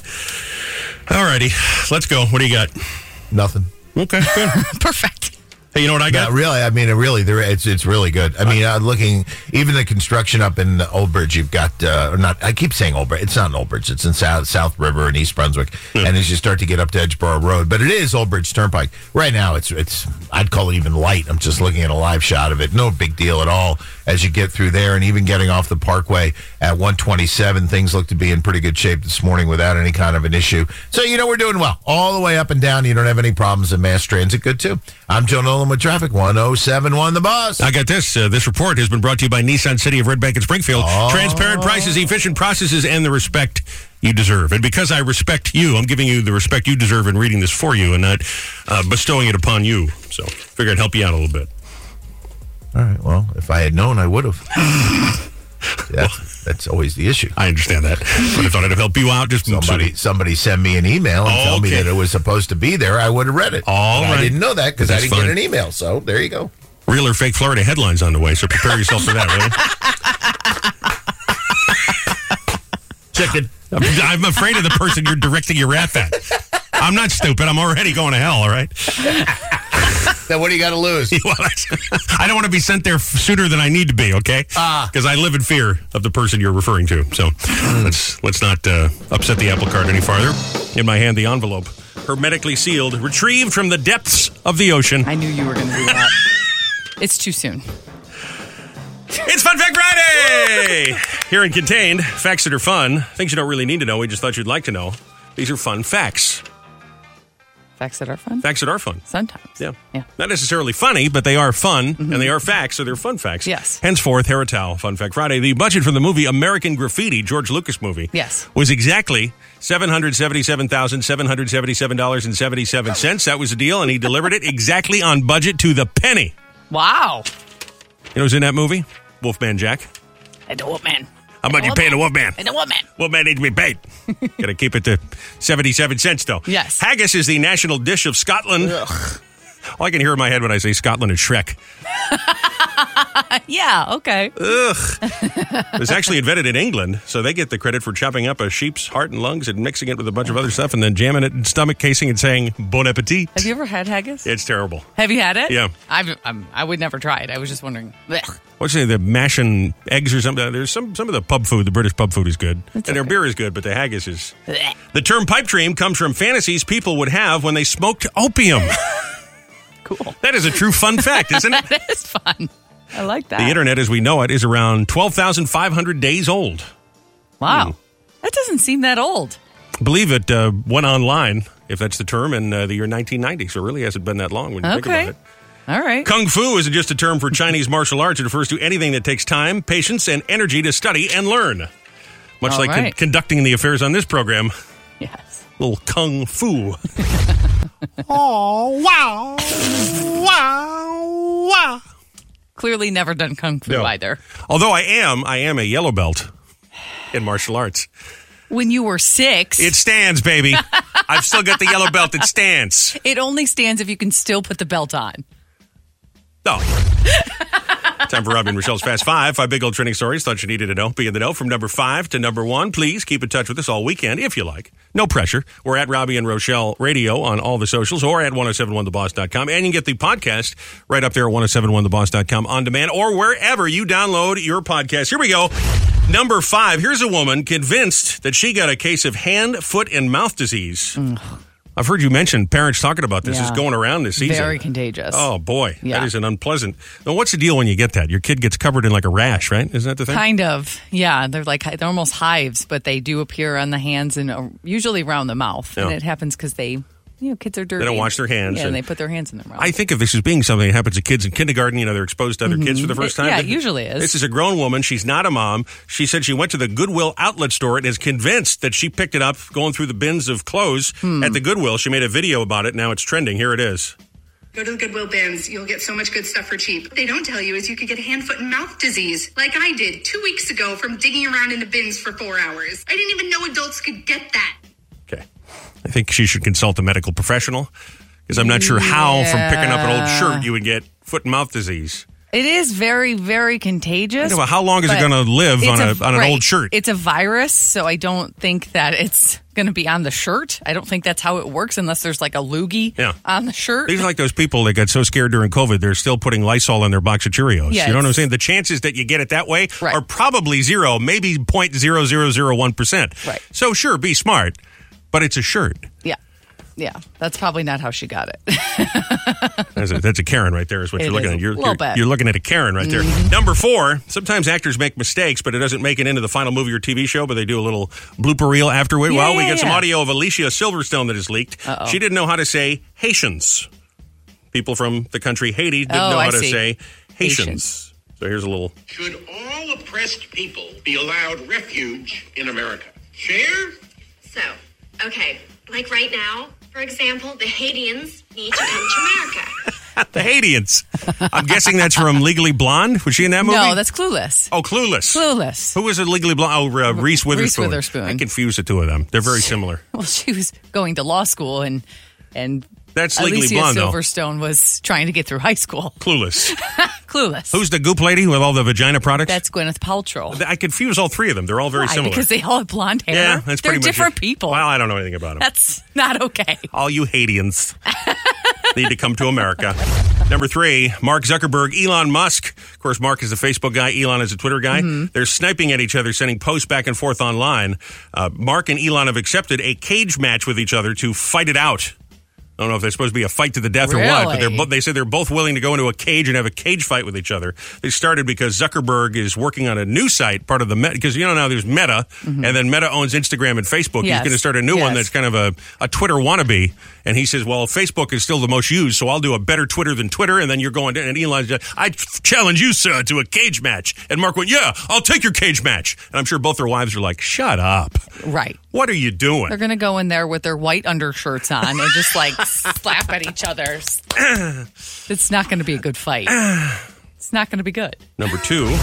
Speaker 1: All righty, let's go. What do you got?
Speaker 2: Nothing.
Speaker 1: Okay, good.
Speaker 3: Perfect.
Speaker 1: hey, you know what I
Speaker 2: Yeah,
Speaker 1: got?
Speaker 2: really. I mean, it really, there, it's it's really good. I mean, uh, looking even the construction up in Old Bridge, you've got uh, or not. I keep saying Old Bridge. It's not in Old Bridge. It's in South South River and East Brunswick. And as you start to get up to Edgeboro Road, but it is Old Bridge Turnpike. Right now, it's it's I'd call it even light. I'm just looking at a live shot of it. No big deal at all as you get through there, and even getting off the Parkway at 127, things look to be in pretty good shape this morning without any kind of an issue. So you know we're doing well all the way up and down. You don't have any problems in mass transit. Good too. I'm Joe Nolan with Traffic 1071 The Boss.
Speaker 1: I got this. Uh, this report has been brought to you by Nissan City of Red Bank and Springfield.
Speaker 2: Oh.
Speaker 1: Transparent prices, efficient processes, and the respect you deserve. And because I respect you, I'm giving you the respect you deserve in reading this for you and not uh, bestowing it upon you. So, figure I'd help you out a little bit.
Speaker 2: All right. Well, if I had known, I would have. Yeah, that's always the issue.
Speaker 1: I understand that, but I thought I'd help you out. Just
Speaker 2: Somebody, somebody send me an email and tell me
Speaker 1: Okay.
Speaker 2: that it was supposed to be there. I would have read it.
Speaker 1: All
Speaker 2: But
Speaker 1: right.
Speaker 2: I didn't know that because I
Speaker 1: That's
Speaker 2: didn't
Speaker 1: fine.
Speaker 2: get an email. So there you go.
Speaker 1: real or fake Florida headlines on the way. So prepare yourself for that. Right?
Speaker 2: Chicken.
Speaker 1: I'm afraid of the person you're directing your wrath at. I'm not stupid. I'm already going to hell. All right.
Speaker 2: Now, what do you got to lose?
Speaker 1: Well, that's- I don't want to be sent there f- sooner than I need to be. Okay,
Speaker 2: Ah.
Speaker 1: because I live in fear of the person you're referring to. So let's let's not uh, upset the apple cart any farther. In my hand, the envelope, hermetically sealed, retrieved from the depths of the ocean.
Speaker 3: I knew you were going to do that. it's too soon.
Speaker 1: It's Fun Fact Friday! Here in Contained, facts that are fun, things you don't really need to know. We just thought you'd like to know. These are fun facts.
Speaker 3: Facts that are fun?
Speaker 1: Facts that are fun.
Speaker 3: Sometimes.
Speaker 1: Yeah.
Speaker 3: Yeah. Mm-hmm.
Speaker 1: Not necessarily funny, but they are fun and they are facts, so they're fun facts.
Speaker 3: Yes.
Speaker 1: Henceforth, Heritau, Fun Fact Friday. The budget for the movie American Graffiti, George Lucas movie,
Speaker 3: Yes.
Speaker 1: was exactly $777,777.77. That was the deal, and he delivered it exactly on budget to the penny.
Speaker 3: Wow.
Speaker 1: You know who's in that movie? Wolfman Jack.
Speaker 3: And a woman.
Speaker 1: How about you paying the Wolfman?
Speaker 3: And a woman.
Speaker 1: Well, man needs to be paid. Got to keep it to 77 cents, though.
Speaker 3: Yes.
Speaker 1: Haggis is the national dish of Scotland. All I can hear in my head when I say Scotland is Shrek.
Speaker 3: yeah, okay.
Speaker 1: It was actually invented in England, so they get the credit for chopping up a sheep's heart and lungs and mixing it with a bunch of other stuff and then jamming it in stomach casing and saying bon appetit.
Speaker 3: Have you ever had haggis?
Speaker 1: It's terrible.
Speaker 3: Have you had it?
Speaker 1: Yeah.
Speaker 3: I've, I'm, I would never try it. I was just wondering. Blech.
Speaker 1: What's it, the mashing eggs or something? There's some some of the pub food. The British pub food is good, and their
Speaker 3: okay.
Speaker 1: beer is good, but the haggis is.
Speaker 3: Blech.
Speaker 1: The term pipe dream comes from fantasies people would have when they smoked opium.
Speaker 3: Cool.
Speaker 1: that is a true fun fact, isn't it?
Speaker 3: That is fun. I like that.
Speaker 1: The internet, as we know it, is around twelve thousand five hundred days old.
Speaker 3: Wow.
Speaker 1: Hmm.
Speaker 3: That doesn't seem that old.
Speaker 1: I believe it uh, went online, if that's the term, in uh, the year 1990. So it really hasn't been that long when you think
Speaker 3: Okay.
Speaker 1: about it.
Speaker 3: All right.
Speaker 1: Kung Fu is just a term for Chinese martial arts. It refers to anything that takes time, patience, and energy to study and learn. Much
Speaker 3: All
Speaker 1: like con-
Speaker 3: right.
Speaker 1: conducting the affairs on this program,
Speaker 3: Yes.
Speaker 1: little Kung Fu.
Speaker 3: Clearly never done kung fu
Speaker 1: No.
Speaker 3: either.
Speaker 1: Although I am, I am a yellow belt in martial arts.
Speaker 3: When you were six,
Speaker 1: It stands, baby. I've still got the yellow belt. It stands.
Speaker 3: it only stands if you can still put the belt on.
Speaker 1: No. Oh. Time for Robbie and Michelle's Fast Five. Five big old trending stories. Thought you needed to know. Be in the know from number five to number one. Please keep in touch with us all weekend if you like. No pressure. We're at Robbie and Rochelle Radio on all the socials or at 1071theboss.com. And you can get the podcast right up there at 1071theboss.com on demand or wherever you download your podcast. Here we go. Number five. Here's a woman convinced that she got a case of hand, foot, and mouth disease. I've heard you mention parents talking about this.
Speaker 3: Yeah.
Speaker 1: It's going around this season.
Speaker 3: Very contagious.
Speaker 1: Oh boy,
Speaker 3: Yeah.
Speaker 1: that is an unpleasant. Now, what's the deal when you get that? Your kid gets covered in like a rash, right? Isn't that the thing?
Speaker 3: Kind of. Yeah. They're like, they're almost hives, but they do appear on the hands and uh, usually around the mouth. And
Speaker 1: Yeah.
Speaker 3: it happens because they, you know, kids are dirty.
Speaker 1: wash their hands
Speaker 3: Yeah,
Speaker 1: and-
Speaker 3: and, they put their hands in their mouth.
Speaker 1: I think of this as being something that happens to kids in kindergarten. You know, they're exposed to other kids for the first time.
Speaker 3: yeah,
Speaker 1: But
Speaker 3: Mm-hmm. it usually is.
Speaker 1: This is a grown woman. She's not a mom. She said she went to the Goodwill outlet store and is convinced that she picked it up going through the bins of clothes
Speaker 3: Hmm.
Speaker 1: at the Goodwill. She made a video about it. Now it's trending. Here it is.
Speaker 8: Go to the Goodwill bins. You'll get so much good stuff for cheap. What they don't tell you is you could get hand, foot, and mouth disease, like I did two weeks ago from digging around in the bins for four hours. I didn't even know adults could get that.
Speaker 1: Okay. I think she should consult a medical professional because I'm not sure how from picking up an old shirt you would get foot and mouth disease.
Speaker 3: It is very, very contagious.
Speaker 1: Yeah, but how long is it
Speaker 3: but
Speaker 1: gonna live
Speaker 3: it's
Speaker 1: on a- on an
Speaker 3: right.
Speaker 1: old shirt?
Speaker 3: It's a virus, so I don't think that it's going to be on the shirt. I don't think that's how it works unless there's like a loogie
Speaker 1: Yeah.
Speaker 3: on the shirt.
Speaker 1: These are like those people that got so scared during COVID, they're still putting Lysol in their box of Cheerios.
Speaker 3: Yeah,
Speaker 1: you know what I'm
Speaker 3: it's-
Speaker 1: saying? The chances that you get it that way
Speaker 3: Right.
Speaker 1: are probably zero, maybe 0.0001%.
Speaker 3: Right.
Speaker 1: So, sure, be smart, but it's a shirt.
Speaker 3: yeah. Yeah. That's probably not how she got it.
Speaker 1: That's a, that's a Karen right there, is what
Speaker 3: It
Speaker 1: you're looking
Speaker 3: is
Speaker 1: at.
Speaker 3: a
Speaker 1: You're,
Speaker 3: little
Speaker 1: you're,
Speaker 3: bit. Mm-hmm.
Speaker 1: you're looking at a Karen right there. Number four, sometimes actors make mistakes, but it doesn't make it into the final movie or TV show, but they do a little blooper reel afterward.
Speaker 3: Yeah,
Speaker 1: well, we
Speaker 3: yeah,
Speaker 1: get some
Speaker 3: yeah.
Speaker 1: audio of Alicia Silverstone that is leaked. She didn't know how to say Haitians. People from the country Haiti didn't
Speaker 3: Oh,
Speaker 1: know
Speaker 3: I
Speaker 1: how to
Speaker 3: see.
Speaker 1: say Haitians.
Speaker 3: Haitians.
Speaker 1: So here's a little.
Speaker 5: Should all oppressed people be allowed refuge in America? Share?
Speaker 9: So, okay, like right now, for example, the Haitians need to come to America.
Speaker 1: The Haitians. I'm guessing that's from Legally Blonde. Was she in that movie?
Speaker 3: no, that's clueless.
Speaker 1: Oh, Clueless.
Speaker 3: Clueless.
Speaker 1: Who was it Legally Blonde? Oh, uh, Reese Witherspoon.
Speaker 3: Witherspoon.
Speaker 1: I confused the two of them. They're very similar.
Speaker 3: Well, she was going to law school and and
Speaker 1: That's Legally
Speaker 3: Alicia
Speaker 1: Blonde, though.
Speaker 3: Silverstone was trying to get through high school.
Speaker 1: Clueless.
Speaker 3: Clueless.
Speaker 1: Who's the goop lady with all the vagina products?
Speaker 3: that's Gwyneth Paltrow.
Speaker 1: I confuse all three of them. They're all very
Speaker 3: Why?
Speaker 1: similar.
Speaker 3: Because they all have blonde hair.
Speaker 1: yeah, that's
Speaker 3: They're
Speaker 1: pretty much
Speaker 3: different
Speaker 1: it.
Speaker 3: people.
Speaker 1: Well, I don't know anything about them.
Speaker 3: That's not okay.
Speaker 1: all you Haitians need to come to America. Number three, Mark Zuckerberg, Elon Musk. Of course, Mark is the Facebook guy, Elon is the Twitter guy.
Speaker 3: Mm-hmm.
Speaker 1: They're sniping at each other, sending posts back and forth online. Uh, Mark and Elon have accepted a cage match with each other to fight it out. I don't know if they're supposed to be a fight to the death or what, but they're
Speaker 3: Really?
Speaker 1: bo- they said they're both willing to go into a cage and have a cage fight with each other. They started because Zuckerberg is working on a new site, part of the Meta, because you know now there's Meta, and then Meta owns Instagram and Facebook. He's
Speaker 3: Mm-hmm. Yes.
Speaker 1: going to start a new one
Speaker 3: Yes.
Speaker 1: that's kind of a, a Twitter wannabe. And he says, well, Facebook is still the most used, so I'll do a better Twitter than Twitter. And then you're going to, and Elon's just, I challenge you, sir, to a cage match. And Mark went, yeah, I'll take your cage match. And I'm sure both their wives are like, shut up.
Speaker 3: Right.
Speaker 1: What are you doing?
Speaker 3: They're going to go in there with their white undershirts on and just like slap at each other. It's not going to be a good fight. It's not going to be good.
Speaker 1: Number two,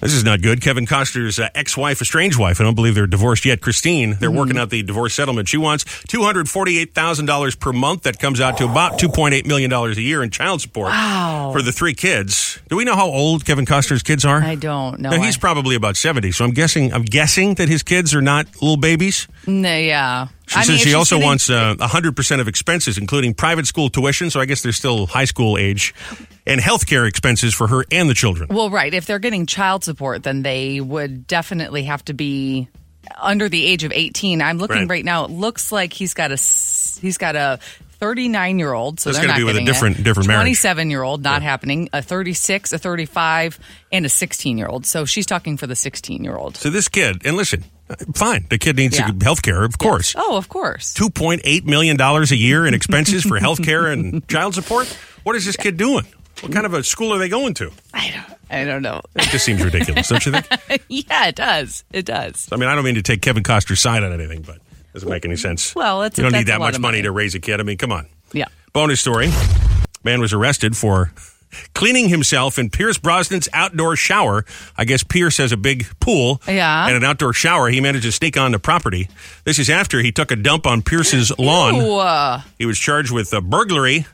Speaker 1: This is not good. Kevin Costner's uh, ex-wife, a strange wife. I don't believe they're divorced yet. Christine,
Speaker 3: Hmm.
Speaker 1: they're working out the divorce settlement. She wants two hundred forty-eight thousand dollars per month. That comes out to about two point eight million dollars a year in child support for the three kids. Do we know how old Kevin Costner's kids are?
Speaker 3: I don't know.
Speaker 1: Now, he's
Speaker 3: I-
Speaker 1: probably about seventy, so I'm guessing. I'm guessing that his kids are not little babies.
Speaker 3: No, yeah.
Speaker 1: She
Speaker 3: I
Speaker 1: says
Speaker 3: mean, if
Speaker 1: she
Speaker 3: she's
Speaker 1: also
Speaker 3: getting-
Speaker 1: wants uh, 100% of expenses, including private school tuition, so I guess they're still high school age, and health care expenses for her and the children.
Speaker 3: Well, right. If they're getting child support, then they would definitely have to be under the age of 18. I'm looking
Speaker 1: Right.
Speaker 3: right, now. It looks like he's got a s- he's got a 39 year old. So
Speaker 1: That's
Speaker 3: they're
Speaker 1: gotta
Speaker 3: not
Speaker 1: be with a
Speaker 3: getting it.
Speaker 1: different- different marriage.
Speaker 3: 27 year old, not happening. A 36, a 35, and a 16 year old. So she's talking for the 16 year old.
Speaker 1: So this kid, and listen, fine, the kid needs
Speaker 3: Yeah.
Speaker 1: health care, of course.
Speaker 3: Oh, of course.
Speaker 1: $2.8 million a year in expenses for health care and child support? What is this kid doing? What kind of a school are they going to?
Speaker 3: I don't. I don't know.
Speaker 1: It just seems ridiculous, don't you think?
Speaker 3: yeah, it does. It does.
Speaker 1: I mean, I don't mean to take Kevin Costner's side on anything, but it doesn't make any sense.
Speaker 3: Well, that's-
Speaker 1: you don't
Speaker 3: that's
Speaker 1: need
Speaker 3: a
Speaker 1: that
Speaker 3: lot
Speaker 1: much
Speaker 3: of
Speaker 1: money.
Speaker 3: money.
Speaker 1: to raise a kid. I mean, come on.
Speaker 3: Yeah.
Speaker 1: Bonus story: Man was arrested for cleaning himself in Pierce Brosnan's outdoor shower. I guess Pierce has a big pool
Speaker 3: Yeah.
Speaker 1: and an outdoor shower. He managed to sneak on the property. This is after he took a dump on Pierce's lawn.
Speaker 3: Ooh, uh,
Speaker 1: He was charged with uh, burglary,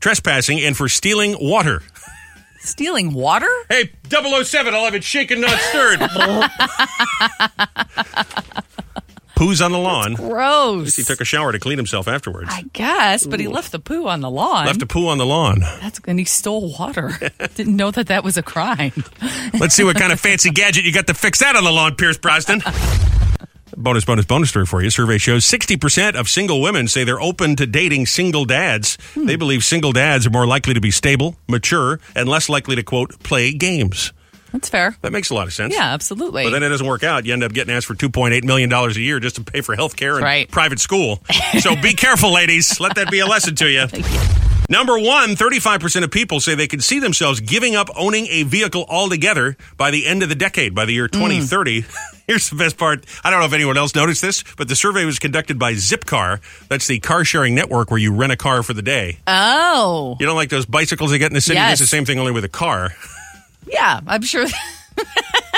Speaker 1: trespassing, and for stealing water.
Speaker 3: stealing water?
Speaker 1: Hey, 007, I'll have it shaken, not stirred. Poos on the lawn.
Speaker 3: Gross.
Speaker 1: He took a shower to clean himself afterwards.
Speaker 3: I guess, but he left the poo on the lawn.
Speaker 1: Left a poo on the lawn.
Speaker 3: That's and he stole water. Didn't know that that was a crime.
Speaker 1: Let's see what kind of fancy gadget you got to fix that on the lawn, Pierce Brosnan. bonus, bonus, bonus story for you. Survey shows 60% of single women say they're open to dating single dads. They believe single dads are more likely to be stable, mature, and less likely to, quote, play games.
Speaker 3: That's fair.
Speaker 1: That makes a lot of sense.
Speaker 3: Yeah, absolutely.
Speaker 1: But then it doesn't work out. You end up getting asked for $2.8 million a year just to pay for health care and
Speaker 3: Right.
Speaker 1: private school. So be careful, ladies. Let that be a lesson to you. Number one, 35% of people say they could see themselves giving up owning a vehicle altogether by the end of the decade, by the
Speaker 3: Hmm.
Speaker 1: year 2030. Here's the best part. I don't know if anyone else noticed this, but the survey was conducted by Zipcar. That's the car sharing network where you rent a car for the day.
Speaker 3: oh,
Speaker 1: You don't like those bicycles they get in the city?
Speaker 3: Yes.
Speaker 1: It's the same thing, only with a car.
Speaker 3: yeah. I'm sure.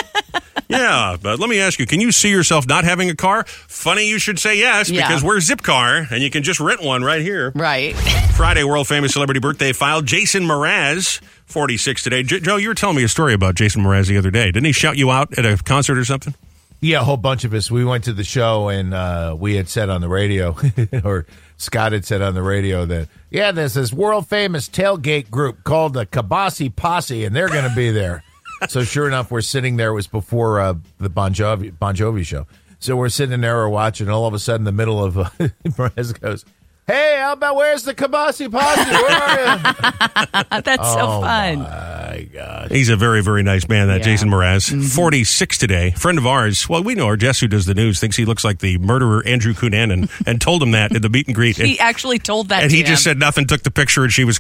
Speaker 1: Yeah, but let me ask you, can you see yourself not having a car? Funny you should say yes,
Speaker 3: Yeah.
Speaker 1: because we're Zipcar, and you can just rent one right here.
Speaker 3: right.
Speaker 1: Friday, world famous celebrity birthday file, Jason Mraz, 46 today. J- Joe, you were telling me a story about Jason Mraz the other day. Didn't he shout you out at a concert or something?
Speaker 2: Yeah, a whole bunch of us. We went to the show and uh, we had said on the radio, or Scott had said on the radio that, yeah, there's this world famous tailgate group called the Kabasi Posse, and they're going to be there. so sure enough, we're sitting there. It was before uh, the Bon Jovi, bon Jovi show. So we're sitting there, we're watching. All of a sudden, in the middle of uh, Perez goes, "Hey, how about where's the Kabasi Posse? Where are you?"
Speaker 3: Uh, That's
Speaker 1: Oh,
Speaker 3: so fun.
Speaker 2: My God.
Speaker 1: He's a very, very nice man, that
Speaker 3: Yeah.
Speaker 1: Jason Mraz. 46 today. Friend of ours, well, we know her, Jess, who does the news, thinks he looks like the murderer Andrew Cunanan and, told him that at the meet and greet.
Speaker 3: He actually told that.
Speaker 1: and
Speaker 3: to
Speaker 1: he
Speaker 3: him.
Speaker 1: just said nothing, took the picture, and she was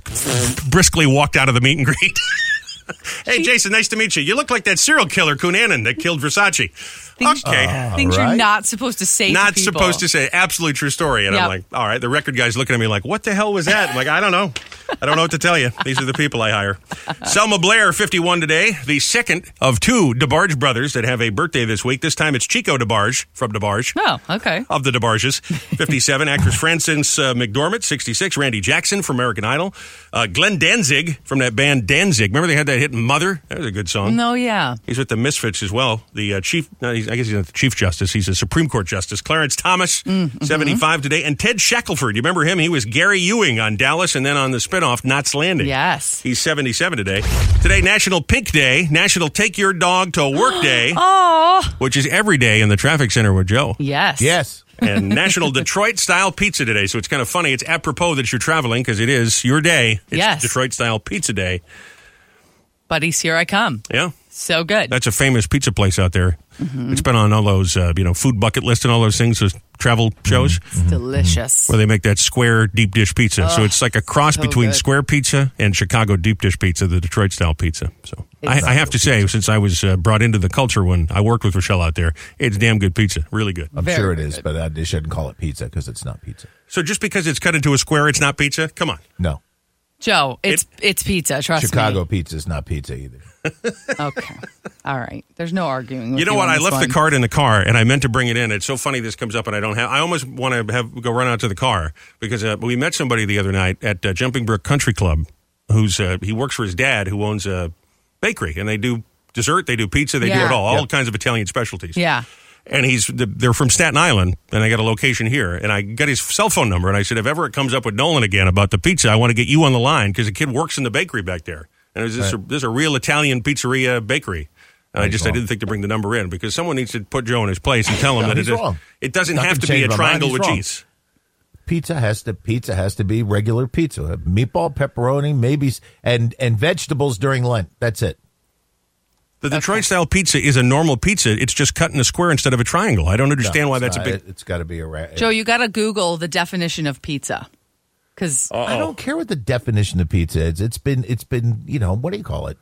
Speaker 1: briskly walked out of the meet and greet. hey, Jason, nice to meet you. You look like that serial killer Cunanan that killed Versace.
Speaker 3: Things-
Speaker 1: okay.
Speaker 3: things
Speaker 2: All
Speaker 3: you're
Speaker 2: right.
Speaker 3: not supposed to say. to
Speaker 1: Uh, not
Speaker 3: people.
Speaker 1: supposed to say absolute true story. And I'm
Speaker 3: Yep.
Speaker 1: like, all right, the record guy's looking at me like, what the hell was that? I'm like, I don't know. I don't know what to tell you. These are the people I hire. Selma Blair, 51 today, the second of two DeBarge brothers that have a birthday this week. This time it's Chico DeBarge from DeBarge
Speaker 3: Oh, okay.
Speaker 1: of the DeBarges. 57, actress Frances uh, McDormand, 66, Randy Jackson from American Idol, uh, Glenn Danzig from that band Danzig. Remember they had that hit Mother? That was a good song.
Speaker 3: No, yeah.
Speaker 1: He's with the Misfits as well. The uh, chief, no, he's, I guess he's not the chief justice. He's a Supreme Court justice. Clarence Thomas, 75 today. And Ted Shackelford, you remember him? He was Gary Ewing on Dallas and then on the spinoff, Knots Landing.
Speaker 3: Yes.
Speaker 1: He's 77 today. Today, National Pink Day, National Take Your Dog to Work Day,
Speaker 3: Oh,
Speaker 1: which is every day in the traffic center with Joe
Speaker 3: yes.
Speaker 2: Yes.
Speaker 1: and National Detroit Style Pizza Today. So it's kind of funny. It's apropos that you're traveling because it is your day. It's
Speaker 3: Yes.
Speaker 1: Detroit Style Pizza Day.
Speaker 3: Buddies, here I come.
Speaker 1: Yeah.
Speaker 3: So good.
Speaker 1: That's a famous pizza place out there.
Speaker 3: Mm-hmm.
Speaker 1: It's been on all those, uh, you know, food bucket list and all those things, those travel shows
Speaker 3: Mm-hmm. Delicious.
Speaker 1: where they make that square deep dish pizza. so it's like a cross
Speaker 3: so
Speaker 1: between
Speaker 3: good.
Speaker 1: square pizza and Chicago deep dish pizza, the Detroit style pizza. So I, I have to say, since I was uh, brought into the culture when I worked with Rochelle out there, it's damn good pizza. Really good.
Speaker 2: I'm
Speaker 3: Very
Speaker 2: sure it is, but uh, they shouldn't call it pizza because it's not pizza.
Speaker 1: So just because it's cut into a square, it's not pizza? Come on.
Speaker 2: No.
Speaker 3: Joe, it's it's pizza. Trust
Speaker 2: Chicago pizza is not pizza either.
Speaker 3: me. Okay. All right. There's no arguing. With
Speaker 1: You know what?
Speaker 3: on
Speaker 1: I
Speaker 3: this
Speaker 1: left the
Speaker 3: one.
Speaker 1: card in the car, and I meant to bring it in. It's so funny this comes up, and I don't have. I almost want to have go run out to the car because uh, we met somebody the other night at uh, Jumping Brook Country Club, who's uh, he works for his dad, who owns a bakery, and they do dessert, they do pizza, they do
Speaker 3: Yeah.
Speaker 1: it all, all
Speaker 2: Yep.
Speaker 1: kinds of Italian specialties.
Speaker 3: Yeah.
Speaker 1: And he's they're from Staten Island, and I got a location here, and I got his cell phone number, and I said, if ever it comes up with Nolan again about the pizza, I want to get you on the line because the kid works in the bakery back there, and it was this, this is a real Italian pizzeria bakery. And I just I didn't think to bring the number in because someone needs to put Joe in his place and tell him
Speaker 2: No,
Speaker 1: that it,
Speaker 2: he's wrong.
Speaker 1: it doesn't
Speaker 2: Nothing
Speaker 1: have to be a
Speaker 2: changed my mind.
Speaker 1: triangle
Speaker 2: He's
Speaker 1: with
Speaker 2: wrong.
Speaker 1: cheese.
Speaker 2: Pizza has to pizza has to be regular pizza, meatball, pepperoni, maybe s- and and vegetables during Lent. That's it.
Speaker 1: The Detroit style pizza is a normal pizza. It's just cut in a square instead of a triangle. I don't
Speaker 2: No,
Speaker 1: understand why
Speaker 2: it's
Speaker 1: that's
Speaker 2: not-
Speaker 1: a big.
Speaker 2: it- It's got to be a ra-
Speaker 3: Joe, you got to Google the definition of pizza. Because
Speaker 2: I don't care what the definition of pizza is. It's been it's been you know what do you call it?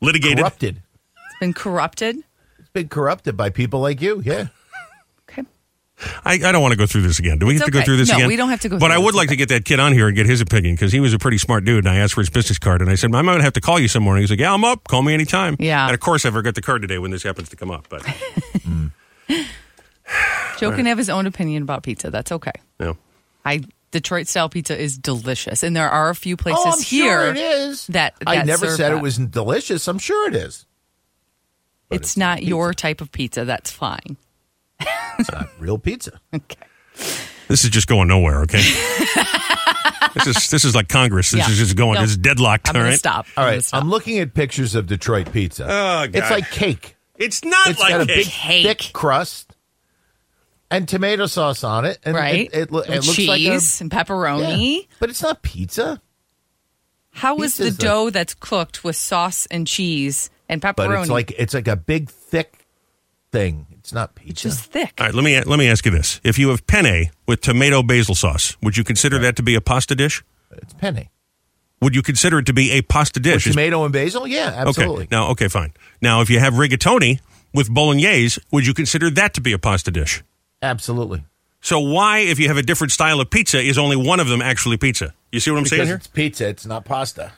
Speaker 1: Litigated.
Speaker 2: Corrupted.
Speaker 3: it's been corrupted.
Speaker 2: It's been corrupted by people like you. Yeah.
Speaker 3: Okay.
Speaker 1: I, I don't want to go through this again. Do we
Speaker 3: It's
Speaker 1: have to go
Speaker 3: okay.
Speaker 1: through this
Speaker 3: No,
Speaker 1: again?
Speaker 3: we don't have to go
Speaker 1: But
Speaker 3: through
Speaker 1: I
Speaker 3: this.
Speaker 1: would like to get that kid on here and get his opinion because he was a pretty smart dude. And I asked for his business card and I said, I might have to call you some morning. He's like, Yeah, I'm up. Call me anytime.
Speaker 3: Yeah.
Speaker 1: And of course, I forgot the card today when this happens to come up. But
Speaker 3: Joe can have his own opinion about pizza. That's okay.
Speaker 1: no.
Speaker 3: I Detroit style pizza is delicious, and there are a few places
Speaker 2: oh, I'm
Speaker 3: here.
Speaker 2: sure it is.
Speaker 3: that-
Speaker 2: I
Speaker 3: that
Speaker 2: never
Speaker 3: serve
Speaker 2: said it
Speaker 3: that.
Speaker 2: was delicious. I'm sure it is.
Speaker 3: It's, not your type of pizza. That's fine.
Speaker 2: It's not real pizza.
Speaker 3: Okay.
Speaker 1: This is just going nowhere, okay? this is this is like Congress. This
Speaker 3: Yeah.
Speaker 1: is just going.
Speaker 3: No.
Speaker 1: This is deadlocked.
Speaker 3: I'm
Speaker 1: all
Speaker 3: gonna
Speaker 1: right?
Speaker 3: stop.
Speaker 2: All
Speaker 3: I'm
Speaker 2: right.
Speaker 3: gonna stop.
Speaker 2: I'm looking at pictures of Detroit pizza.
Speaker 1: Oh, God.
Speaker 2: It's like cake.
Speaker 1: It's not
Speaker 2: It's
Speaker 1: like
Speaker 2: got a big
Speaker 1: cake.
Speaker 2: thick crust and tomato sauce on it. And
Speaker 3: right.
Speaker 2: It, it, lo- it
Speaker 3: With
Speaker 2: looks
Speaker 3: cheese
Speaker 2: like a
Speaker 3: and
Speaker 2: yeah.
Speaker 3: pepperoni.
Speaker 2: but it's not pizza.
Speaker 3: How is the
Speaker 2: Pizza's a-
Speaker 3: dough that's cooked with sauce and cheese and pepperoni?
Speaker 2: But it's like it's like a big thick thing. It's not pizza.
Speaker 3: just thick.
Speaker 1: All right, let me let me ask you this: If you have penne with tomato basil sauce, would you consider that to be a pasta dish?
Speaker 2: It's penne.
Speaker 1: Would you consider it to be a pasta dish? Is-
Speaker 2: Tomato and basil? Yeah, absolutely.
Speaker 1: Okay. Now, okay, fine. Now, if you have rigatoni with bolognese, would you consider that to be a pasta dish?
Speaker 2: Absolutely.
Speaker 1: So why, if you have a different style of pizza, is only one of them actually pizza? You see what I'm saying
Speaker 2: because
Speaker 1: here?
Speaker 2: it's pizza, it's not pasta.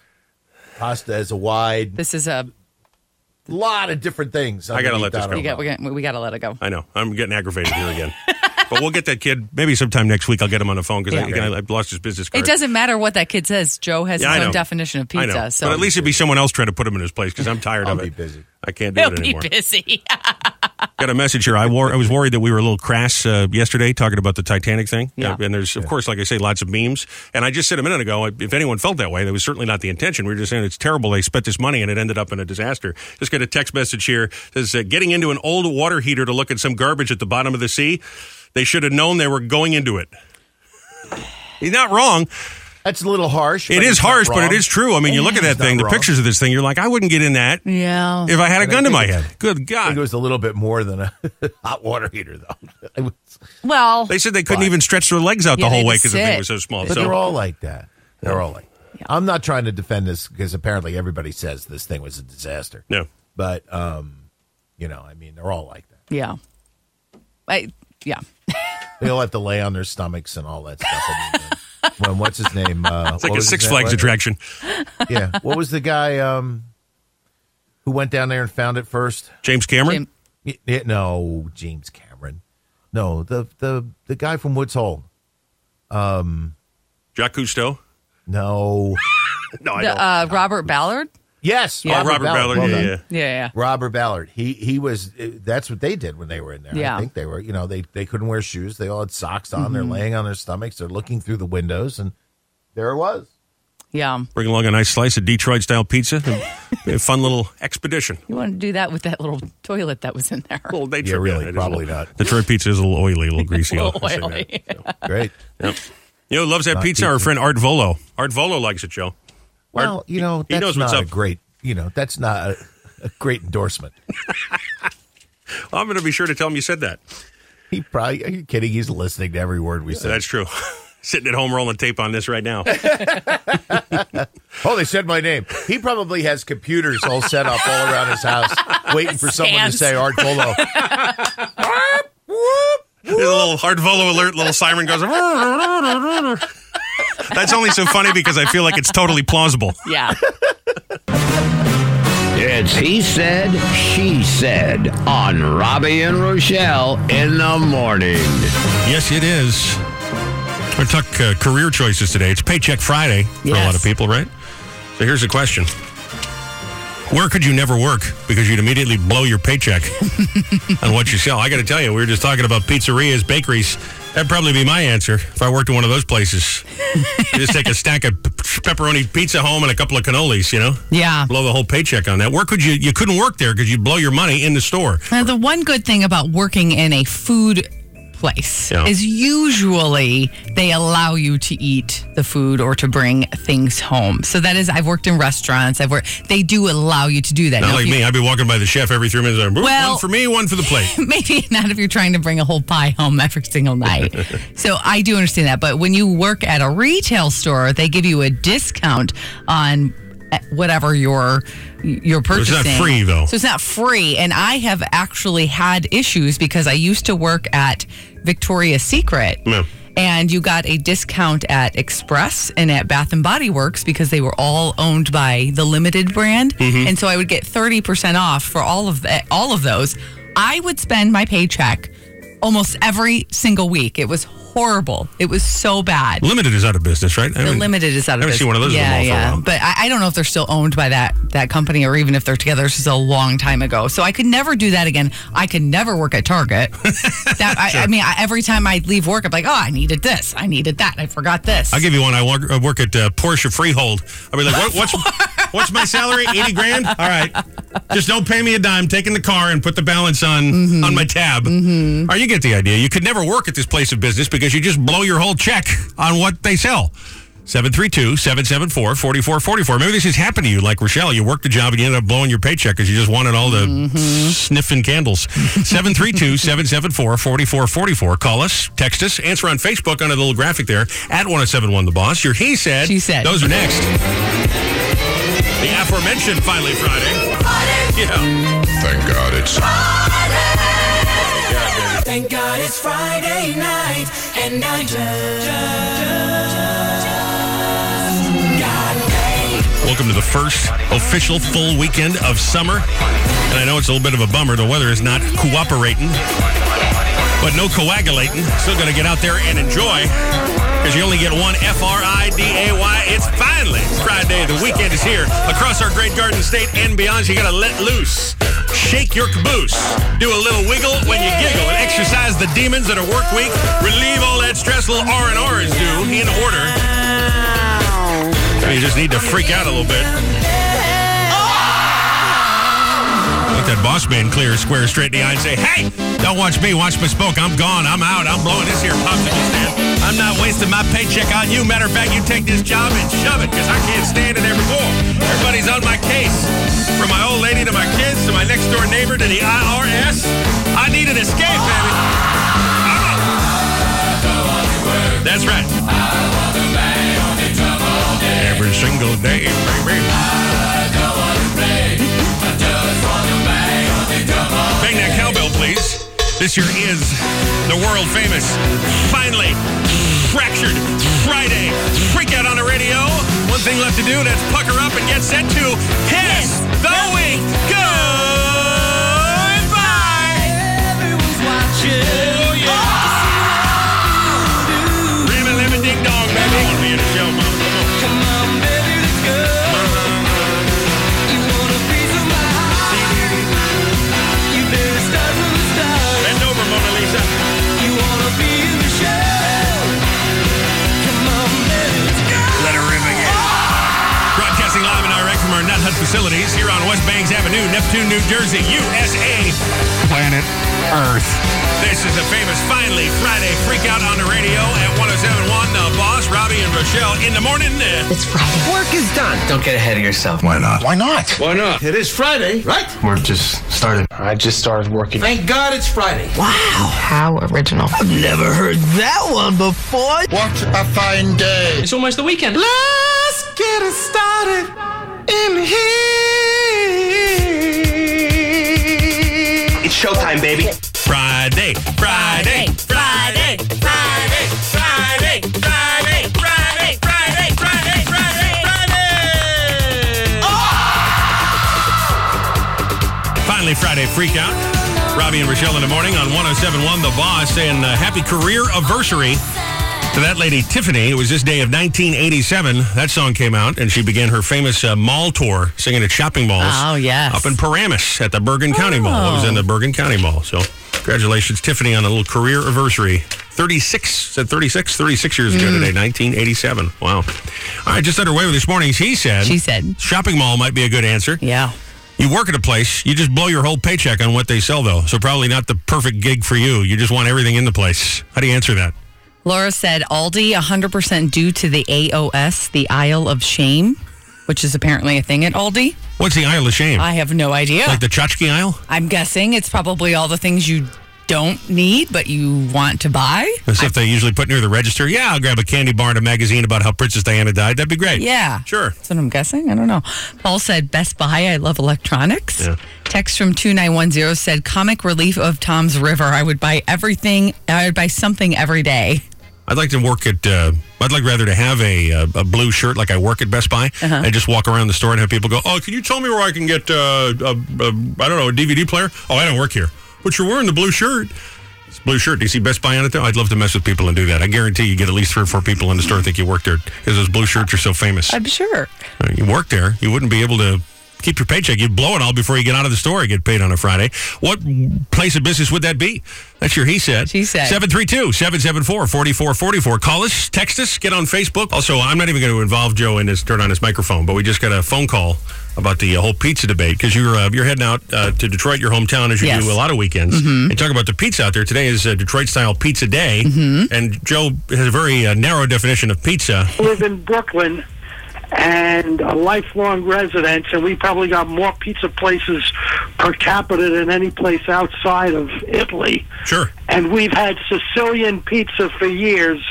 Speaker 2: Pasta is a wide
Speaker 3: This is a
Speaker 2: lot of different things.
Speaker 1: I gotta let this
Speaker 2: underneath
Speaker 1: go.
Speaker 3: we
Speaker 2: that
Speaker 3: got we got we got to let it go.
Speaker 1: I know. I'm getting aggravated here again. but we'll get that kid maybe sometime next week. I'll get him on the phone because
Speaker 3: Yeah.
Speaker 1: again, I, I lost his business card.
Speaker 3: It doesn't matter what that kid says. Joe has
Speaker 1: Yeah, I
Speaker 3: his
Speaker 1: know.
Speaker 3: own definition of
Speaker 1: I
Speaker 3: pizza.
Speaker 1: know.
Speaker 3: So
Speaker 1: But at least it'd be someone else trying to put him in his place because I'm tired
Speaker 2: I'll
Speaker 1: of it.
Speaker 2: be busy.
Speaker 1: I can't do
Speaker 3: he'll
Speaker 1: it
Speaker 3: be
Speaker 1: anymore.
Speaker 3: busy.
Speaker 1: Got a message here. I, wore, I was worried that we were a little crass uh, yesterday talking about the Titanic thing.
Speaker 3: Yeah.
Speaker 1: Uh, and there's, of course, like I say, lots of memes. And I just said a minute ago, if anyone felt that way, that was certainly not the intention. We were just saying it's terrible. They spent this money and it ended up in a disaster. Just got a text message here. Says uh, getting into an old water heater to look at some garbage at the bottom of the sea. They should have known they were going into it. He's not wrong.
Speaker 2: That's a little harsh.
Speaker 1: It
Speaker 2: but
Speaker 1: is
Speaker 2: it's not
Speaker 1: harsh, but
Speaker 2: wrong.
Speaker 1: it is true. I mean, you look at that
Speaker 2: It's not
Speaker 1: thing, the
Speaker 2: wrong.
Speaker 1: pictures of this thing, you're like, I wouldn't get in that
Speaker 3: yeah.
Speaker 1: if I had a
Speaker 2: And I
Speaker 1: gun to
Speaker 2: think
Speaker 1: my
Speaker 2: it's-
Speaker 1: head. Good
Speaker 2: I
Speaker 1: God.
Speaker 2: think it was a little bit more than a hot water heater, though. It was-
Speaker 3: Well,
Speaker 1: They said they couldn't even stretch their legs out
Speaker 3: Yeah,
Speaker 1: the whole
Speaker 3: they
Speaker 1: way
Speaker 3: just
Speaker 1: because the thing
Speaker 3: sit.
Speaker 1: was so small.
Speaker 2: but
Speaker 1: so
Speaker 2: they're all like that. They're all like. I'm not trying to defend this because apparently everybody says this thing was a disaster.
Speaker 1: Yeah.
Speaker 2: But um, you know, I mean, they're all like that.
Speaker 3: yeah. I yeah.
Speaker 2: They all have to lay on their stomachs and all that stuff. I mean, when what's his name? Uh,
Speaker 1: it's like a Six Flags
Speaker 2: attraction.
Speaker 1: attraction.
Speaker 2: Yeah. What was the guy um, who went down there and found it first?
Speaker 1: James Cameron.
Speaker 3: Jim-
Speaker 2: Y- y- no, James Cameron. No, the the the guy from Woods Hole.
Speaker 1: Jacques Cousteau.
Speaker 2: No.
Speaker 1: No, I
Speaker 3: the, uh, Robert Ballard.
Speaker 2: Yes.
Speaker 1: oh, Robert Ballard.
Speaker 2: Well
Speaker 1: yeah,
Speaker 2: done.
Speaker 1: yeah.
Speaker 3: Yeah.
Speaker 2: Robert Ballard. He he was. eh, That's what they did when they were in there.
Speaker 3: Yeah. Mm-hmm.
Speaker 2: I think they were. You know, they they couldn't wear shoes. They all had socks on. They're laying on their stomachs. They're looking through the windows, and there it was.
Speaker 3: Yeah. yeah.
Speaker 1: Bring along a nice slice of Detroit style pizza. and a fun little expedition.
Speaker 3: You want to do that with that little toilet that was in there?
Speaker 1: A little day
Speaker 2: Yeah,
Speaker 1: trip,
Speaker 2: really,
Speaker 1: it is a
Speaker 2: probably
Speaker 1: little-
Speaker 2: not.
Speaker 1: Detroit pizza is a little oily, a little greasy. I'll say that.
Speaker 3: Oily.
Speaker 2: Great.
Speaker 1: You know, who loves that pizza. Our friend Art Volo. Art Volo likes it, Joe.
Speaker 2: Well, you know,
Speaker 1: he
Speaker 2: that's
Speaker 1: knows what's
Speaker 2: not a
Speaker 1: up.
Speaker 2: great. You know, that's not a, a great endorsement.
Speaker 1: I'm going to be sure to tell him you said that.
Speaker 2: He probably. Are you kidding? He's listening to every word we say.
Speaker 1: That's true. Sitting at home rolling tape on this right now.
Speaker 2: Oh, they said my name. He probably has computers all set up all around his house, waiting for someone to
Speaker 3: Scans.
Speaker 2: say Art Polo.
Speaker 1: There's a little Art Volo alert, little siren goes. That's only so funny because I feel like it's totally plausible.
Speaker 3: Yeah.
Speaker 10: It's He Said, She Said on Robbie and Rochelle in the morning.
Speaker 1: Yes, it is. We talk uh, career choices today. It's Paycheck Friday for a lot of
Speaker 3: Yes.
Speaker 1: people, right? So here's the question: Where could you never work because you'd immediately blow your paycheck on what you sell? I got to tell you, we were just talking about pizzerias, bakeries. That'd probably be my answer if I worked in one of those places. you just take a stack of p- pepperoni pizza home and a couple of cannolis, you know.
Speaker 3: Yeah.
Speaker 1: Blow the whole paycheck on that. Where could you? You couldn't work there because you'd blow your money in the store.
Speaker 3: Now, the one good thing about working in a food place
Speaker 1: Yeah.
Speaker 3: is usually they allow you to eat the food or to bring things home. So that is, I've worked in restaurants. I've worked. They do allow you to do that.
Speaker 1: Not
Speaker 3: Now, if
Speaker 1: like
Speaker 3: you-
Speaker 1: me. I'd be walking by the chef every three minutes. Like,
Speaker 3: Well-
Speaker 1: one for me, one for the plate.
Speaker 3: Maybe not if you're trying to bring a whole pie home every single night. so I do understand that. But when you work at a retail store, they give you a discount on uh, whatever you're you're
Speaker 1: it's
Speaker 3: purchasing.
Speaker 1: not free, though.
Speaker 3: So it's not free. And I have actually had issues because I used to work at Victoria's Secret.
Speaker 1: Yeah.
Speaker 3: And you got a discount at Express and at Bath and Body Works because they were all owned by the Limited brand, and so I would get thirty percent off for all of the, all of those. I would spend my paycheck almost every single week. It was horrible. It was so bad.
Speaker 1: Limited is out of business, right? I
Speaker 3: The
Speaker 1: mean,
Speaker 3: limited is out of
Speaker 1: I Hmm. haven't
Speaker 3: business.
Speaker 1: seen one of those in a
Speaker 3: Yeah,
Speaker 1: mall for a
Speaker 3: yeah.
Speaker 1: while.
Speaker 3: But I, I don't know if they're still owned by that that company or even if they're together. This is a long time ago, so I could never do that again. I could never work at Target. that I, I mean, I, every time I leave work, I'm like, oh, I needed this, I needed that, I forgot this.
Speaker 1: I'll give you one. I work, I work at uh, Porsche Freehold. I'll be like, what, what's what's my salary? Eighty grand. All right, just don't pay me a dime. Taking the car and put the balance on on my tab. Mm-hmm. Or you get the idea. You could never work at this place of business because you just blow your whole check on what they sell. 732-774-4444. Maybe this has happened to you, like Rochelle. You worked a job and you ended up blowing your paycheck because you just wanted all the
Speaker 3: Mm-hmm.
Speaker 1: sniffing candles. 732-774-4444. Call us, text us, answer on Facebook under the little graphic there at 1071 The Boss. Your He Said.
Speaker 3: She Said.
Speaker 1: Those are next. The aforementioned Finally Friday. Yeah.
Speaker 10: Thank God it's
Speaker 11: Thank God it's Friday night, and I just got paid.
Speaker 1: Welcome to the first official full weekend of summer. And I know it's a little bit of a bummer. The weather is not cooperating. but no coagulating. Still going to get out there and enjoy because you only get one F R I D A Y. It's finally Friday. The weekend is here across our great garden state and beyond. You got to let loose, shake your caboose, do a little wiggle when you giggle, and exercise the demons that a work week. Relieve all that stress. Little R and R's do in order. You just need to freak out a little bit. Let that boss man clear a square straight in the eye and say, Hey, don't watch me, watch my smoke. I'm gone, I'm out, I'm blowing this here popsicle stand. I'm not wasting my paycheck on you. Matter of fact, you take this job and shove it, because I can't stand it anymore. Everybody's on my case. From my old lady to my kids to my next door neighbor to the IRS. I need an escape, baby. I'm out. That's right. Every single day, baby. Bang that cowbell, please. This year is the world famous, finally fractured Friday. Freak out on the radio. One thing left to do, that's pucker up and get set to kiss the week. Goodbye.
Speaker 11: Everyone's watching.
Speaker 1: Oh, yeah.
Speaker 11: Oh.
Speaker 1: Rim and lemon ding dong, baby. I wanna be in the show, mama. Come on.
Speaker 11: Come on, baby, let's go. You want a piece of my heart? You better start from the start.
Speaker 1: Bend over, Mona Lisa.
Speaker 11: You wanna be in the show? Come on, baby, let's go.
Speaker 1: Let her rip again. Broadcasting live and direct from our Nut Hut facilities here on West Banks Avenue, Neptune, New Jersey, USA.
Speaker 10: Planet Earth.
Speaker 1: This is the famous Finally Friday freak out on the radio at 1071. The boss, Robbie and Rochelle, in the morning. Uh,
Speaker 10: Work is done. Don't get ahead of yourself. Why not? Why not? Why not? It is Friday, right? We're just started. I just started working. Thank God it's Friday. Wow. How original. I've never heard that one before. What a fine day. It's almost the weekend. Let's get it started in here. It's showtime, baby.
Speaker 1: Friday, Friday, Friday, Friday, Friday, Friday, Friday, Friday, Friday, Friday Freakout. Robbie and Rochelle in the morning on 1071 The Boss saying uh, happy career anniversary to that lady Tiffany. It was this day of 1987. That song came out and she began her famous uh, mall tour singing at shopping malls.
Speaker 3: Oh, yes. Oh.
Speaker 1: Up in Paramus at the Bergen County Mall. It was in the Bergen County Mall. So congratulations, Tiffany, on a little career anniversary. 36, said 36, 36 years ago
Speaker 3: Mm.
Speaker 1: today, 1987. Wow. All right, just underway with this morning's He Said.
Speaker 3: She Said.
Speaker 1: Shopping mall might be a good answer.
Speaker 3: Yeah.
Speaker 1: You work at a place, you just blow your whole paycheck on what they sell, though. So probably not the perfect gig for you. You just want everything in the place. How do you answer that?
Speaker 3: Laura said Aldi 100% due to the AOS, the Isle of Shame, which is apparently a thing at Aldi.
Speaker 1: What's the Isle of Shame?
Speaker 3: I have no idea.
Speaker 1: Like the tchotchke aisle?
Speaker 3: I'm guessing it's probably all the things you don't need but you want to buy.
Speaker 1: The stuff they usually put near the register. Yeah, I'll grab a candy bar and a magazine about how Princess Diana died. That'd be great.
Speaker 3: Yeah.
Speaker 1: Sure.
Speaker 3: That's what I'm guessing. I don't know. Paul said Best Buy, I love electronics.
Speaker 1: Yeah.
Speaker 3: Text from 2910 said comic relief of Tom's River. I would buy everything. I would buy something every day.
Speaker 1: I'd like to work at. Uh, I'd like rather to have a, uh, a blue shirt like I work at Best Buy
Speaker 3: Uh-huh.
Speaker 1: and just walk around the store and have people go, "Oh, can you tell me where I can get uh, a, a, I don't know a DVD player? Oh, I don't work here, but you're wearing the blue shirt. It's a blue shirt. Do you see Best Buy on it though? I'd love to mess with people and do that. I guarantee you get at least three or four people in the store think you work there because those blue shirts are so famous.
Speaker 3: I'm sure.
Speaker 1: Uh, You work there, you wouldn't be able to keep your paycheck. You'd blow it all before you get out of the store and get paid on a Friday. What place of business would that be? That's your he said. She
Speaker 3: said.
Speaker 1: 732 774 4444. Call us, text us, get on Facebook. Also, I'm not even going to involve Joe in this, turn on his microphone, but we just got a phone call about the uh, whole pizza debate because you're, uh, you're heading out uh, to Detroit, your hometown, as you
Speaker 12: Yes.
Speaker 1: do a lot of weekends.
Speaker 12: Mhm.
Speaker 1: And talk about the pizza out there. Today is uh, Detroit style pizza day. And Joe has a very uh, narrow definition of pizza.
Speaker 13: live in Brooklyn and a lifelong resident, and we probably got more pizza places per capita than any place outside of Italy.
Speaker 1: Sure.
Speaker 13: And we've had Sicilian pizza for years,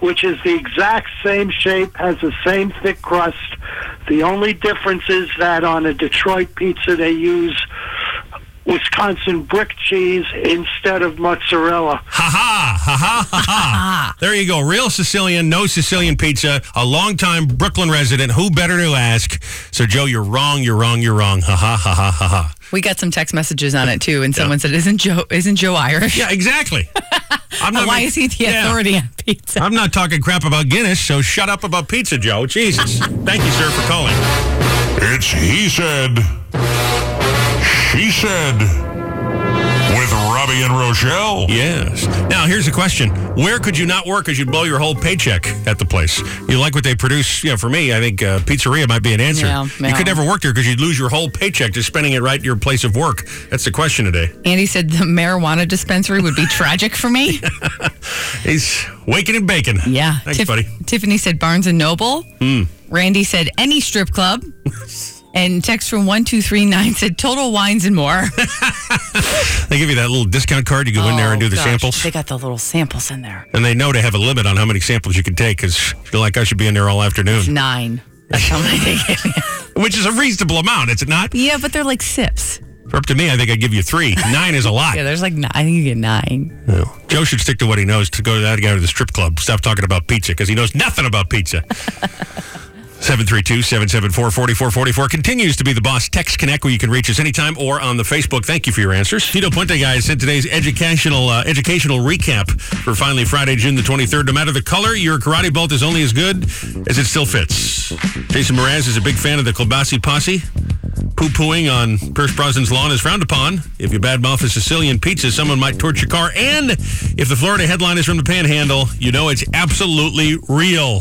Speaker 13: which is the exact same shape, has the same thick crust. The only difference is that on a Detroit pizza, they use Wisconsin brick cheese instead of mozzarella.
Speaker 1: Ha ha! Ha ha! Ha ha! There you go. Real Sicilian, no Sicilian pizza. A longtime Brooklyn resident. Who better to ask? So, Joe, you're wrong. You're wrong. You're wrong. Ha ha! Ha ha! Ha ha!
Speaker 3: We got some text messages on it too, and someone said, "Isn't Joe? Isn't Joe Irish?"
Speaker 1: Yeah, exactly. I'm
Speaker 3: Why
Speaker 1: ma-
Speaker 3: is he the authority on pizza?
Speaker 1: I'm not talking crap about Guinness. So shut up about pizza, Joe. Jesus. Thank you, sir, for calling.
Speaker 14: It's He Said, She Said, with Robbie and Rochelle.
Speaker 1: Yes. Now, here's a question. Where could you not work as you'd blow your whole paycheck at the place? You like what they produce? You know, for me, I think uh, pizzeria might be an answer.
Speaker 3: Yeah,
Speaker 1: You
Speaker 3: yeah.
Speaker 1: could never work there because you'd lose your whole paycheck just spending it right at your place of work. That's the question today.
Speaker 3: Andy said the marijuana dispensary would be tragic for me.
Speaker 1: He's waking and baking.
Speaker 3: Yeah.
Speaker 1: Thanks,
Speaker 3: Tiff-
Speaker 1: buddy.
Speaker 3: Tiffany said Barnes and Noble.
Speaker 1: Hmm.
Speaker 3: Randy said any strip club. and text from one two three nine said Total Wines and More.
Speaker 1: They give you that little discount card. You go in there and do the
Speaker 3: Oh, Gosh,
Speaker 1: samples.
Speaker 3: They got the little samples in there.
Speaker 1: And they know to have a limit on how many samples you can take because you're like, I should be in there all afternoon.
Speaker 3: Nine. That's how many they give me.
Speaker 1: Which is a reasonable amount, is it not?
Speaker 3: Yeah, but they're like sips.
Speaker 1: For up to me, I think I'd give you three. Nine is a lot.
Speaker 3: Yeah, there's like nine. I think you get nine.
Speaker 1: No. Joe should stick to what he knows to go to that guy to the strip club. Stop talking about pizza because he knows nothing about pizza. 732 774 4444 continues to be the boss. Text Connect where you can reach us anytime or on the Facebook. Thank you for your answers. Tito Puente Guy sent today's educational uh, educational recap for finally Friday, June the 23rd. No matter the color, your karate belt is only as good as it still fits. Jason Mraz is a big fan of the Klobasi Posse poo pooing on Pierce Brosnan's lawn is frowned upon. If you badmouth a Sicilian pizza, someone might torch your car. And if the Florida headline is from the panhandle, you know it's absolutely real.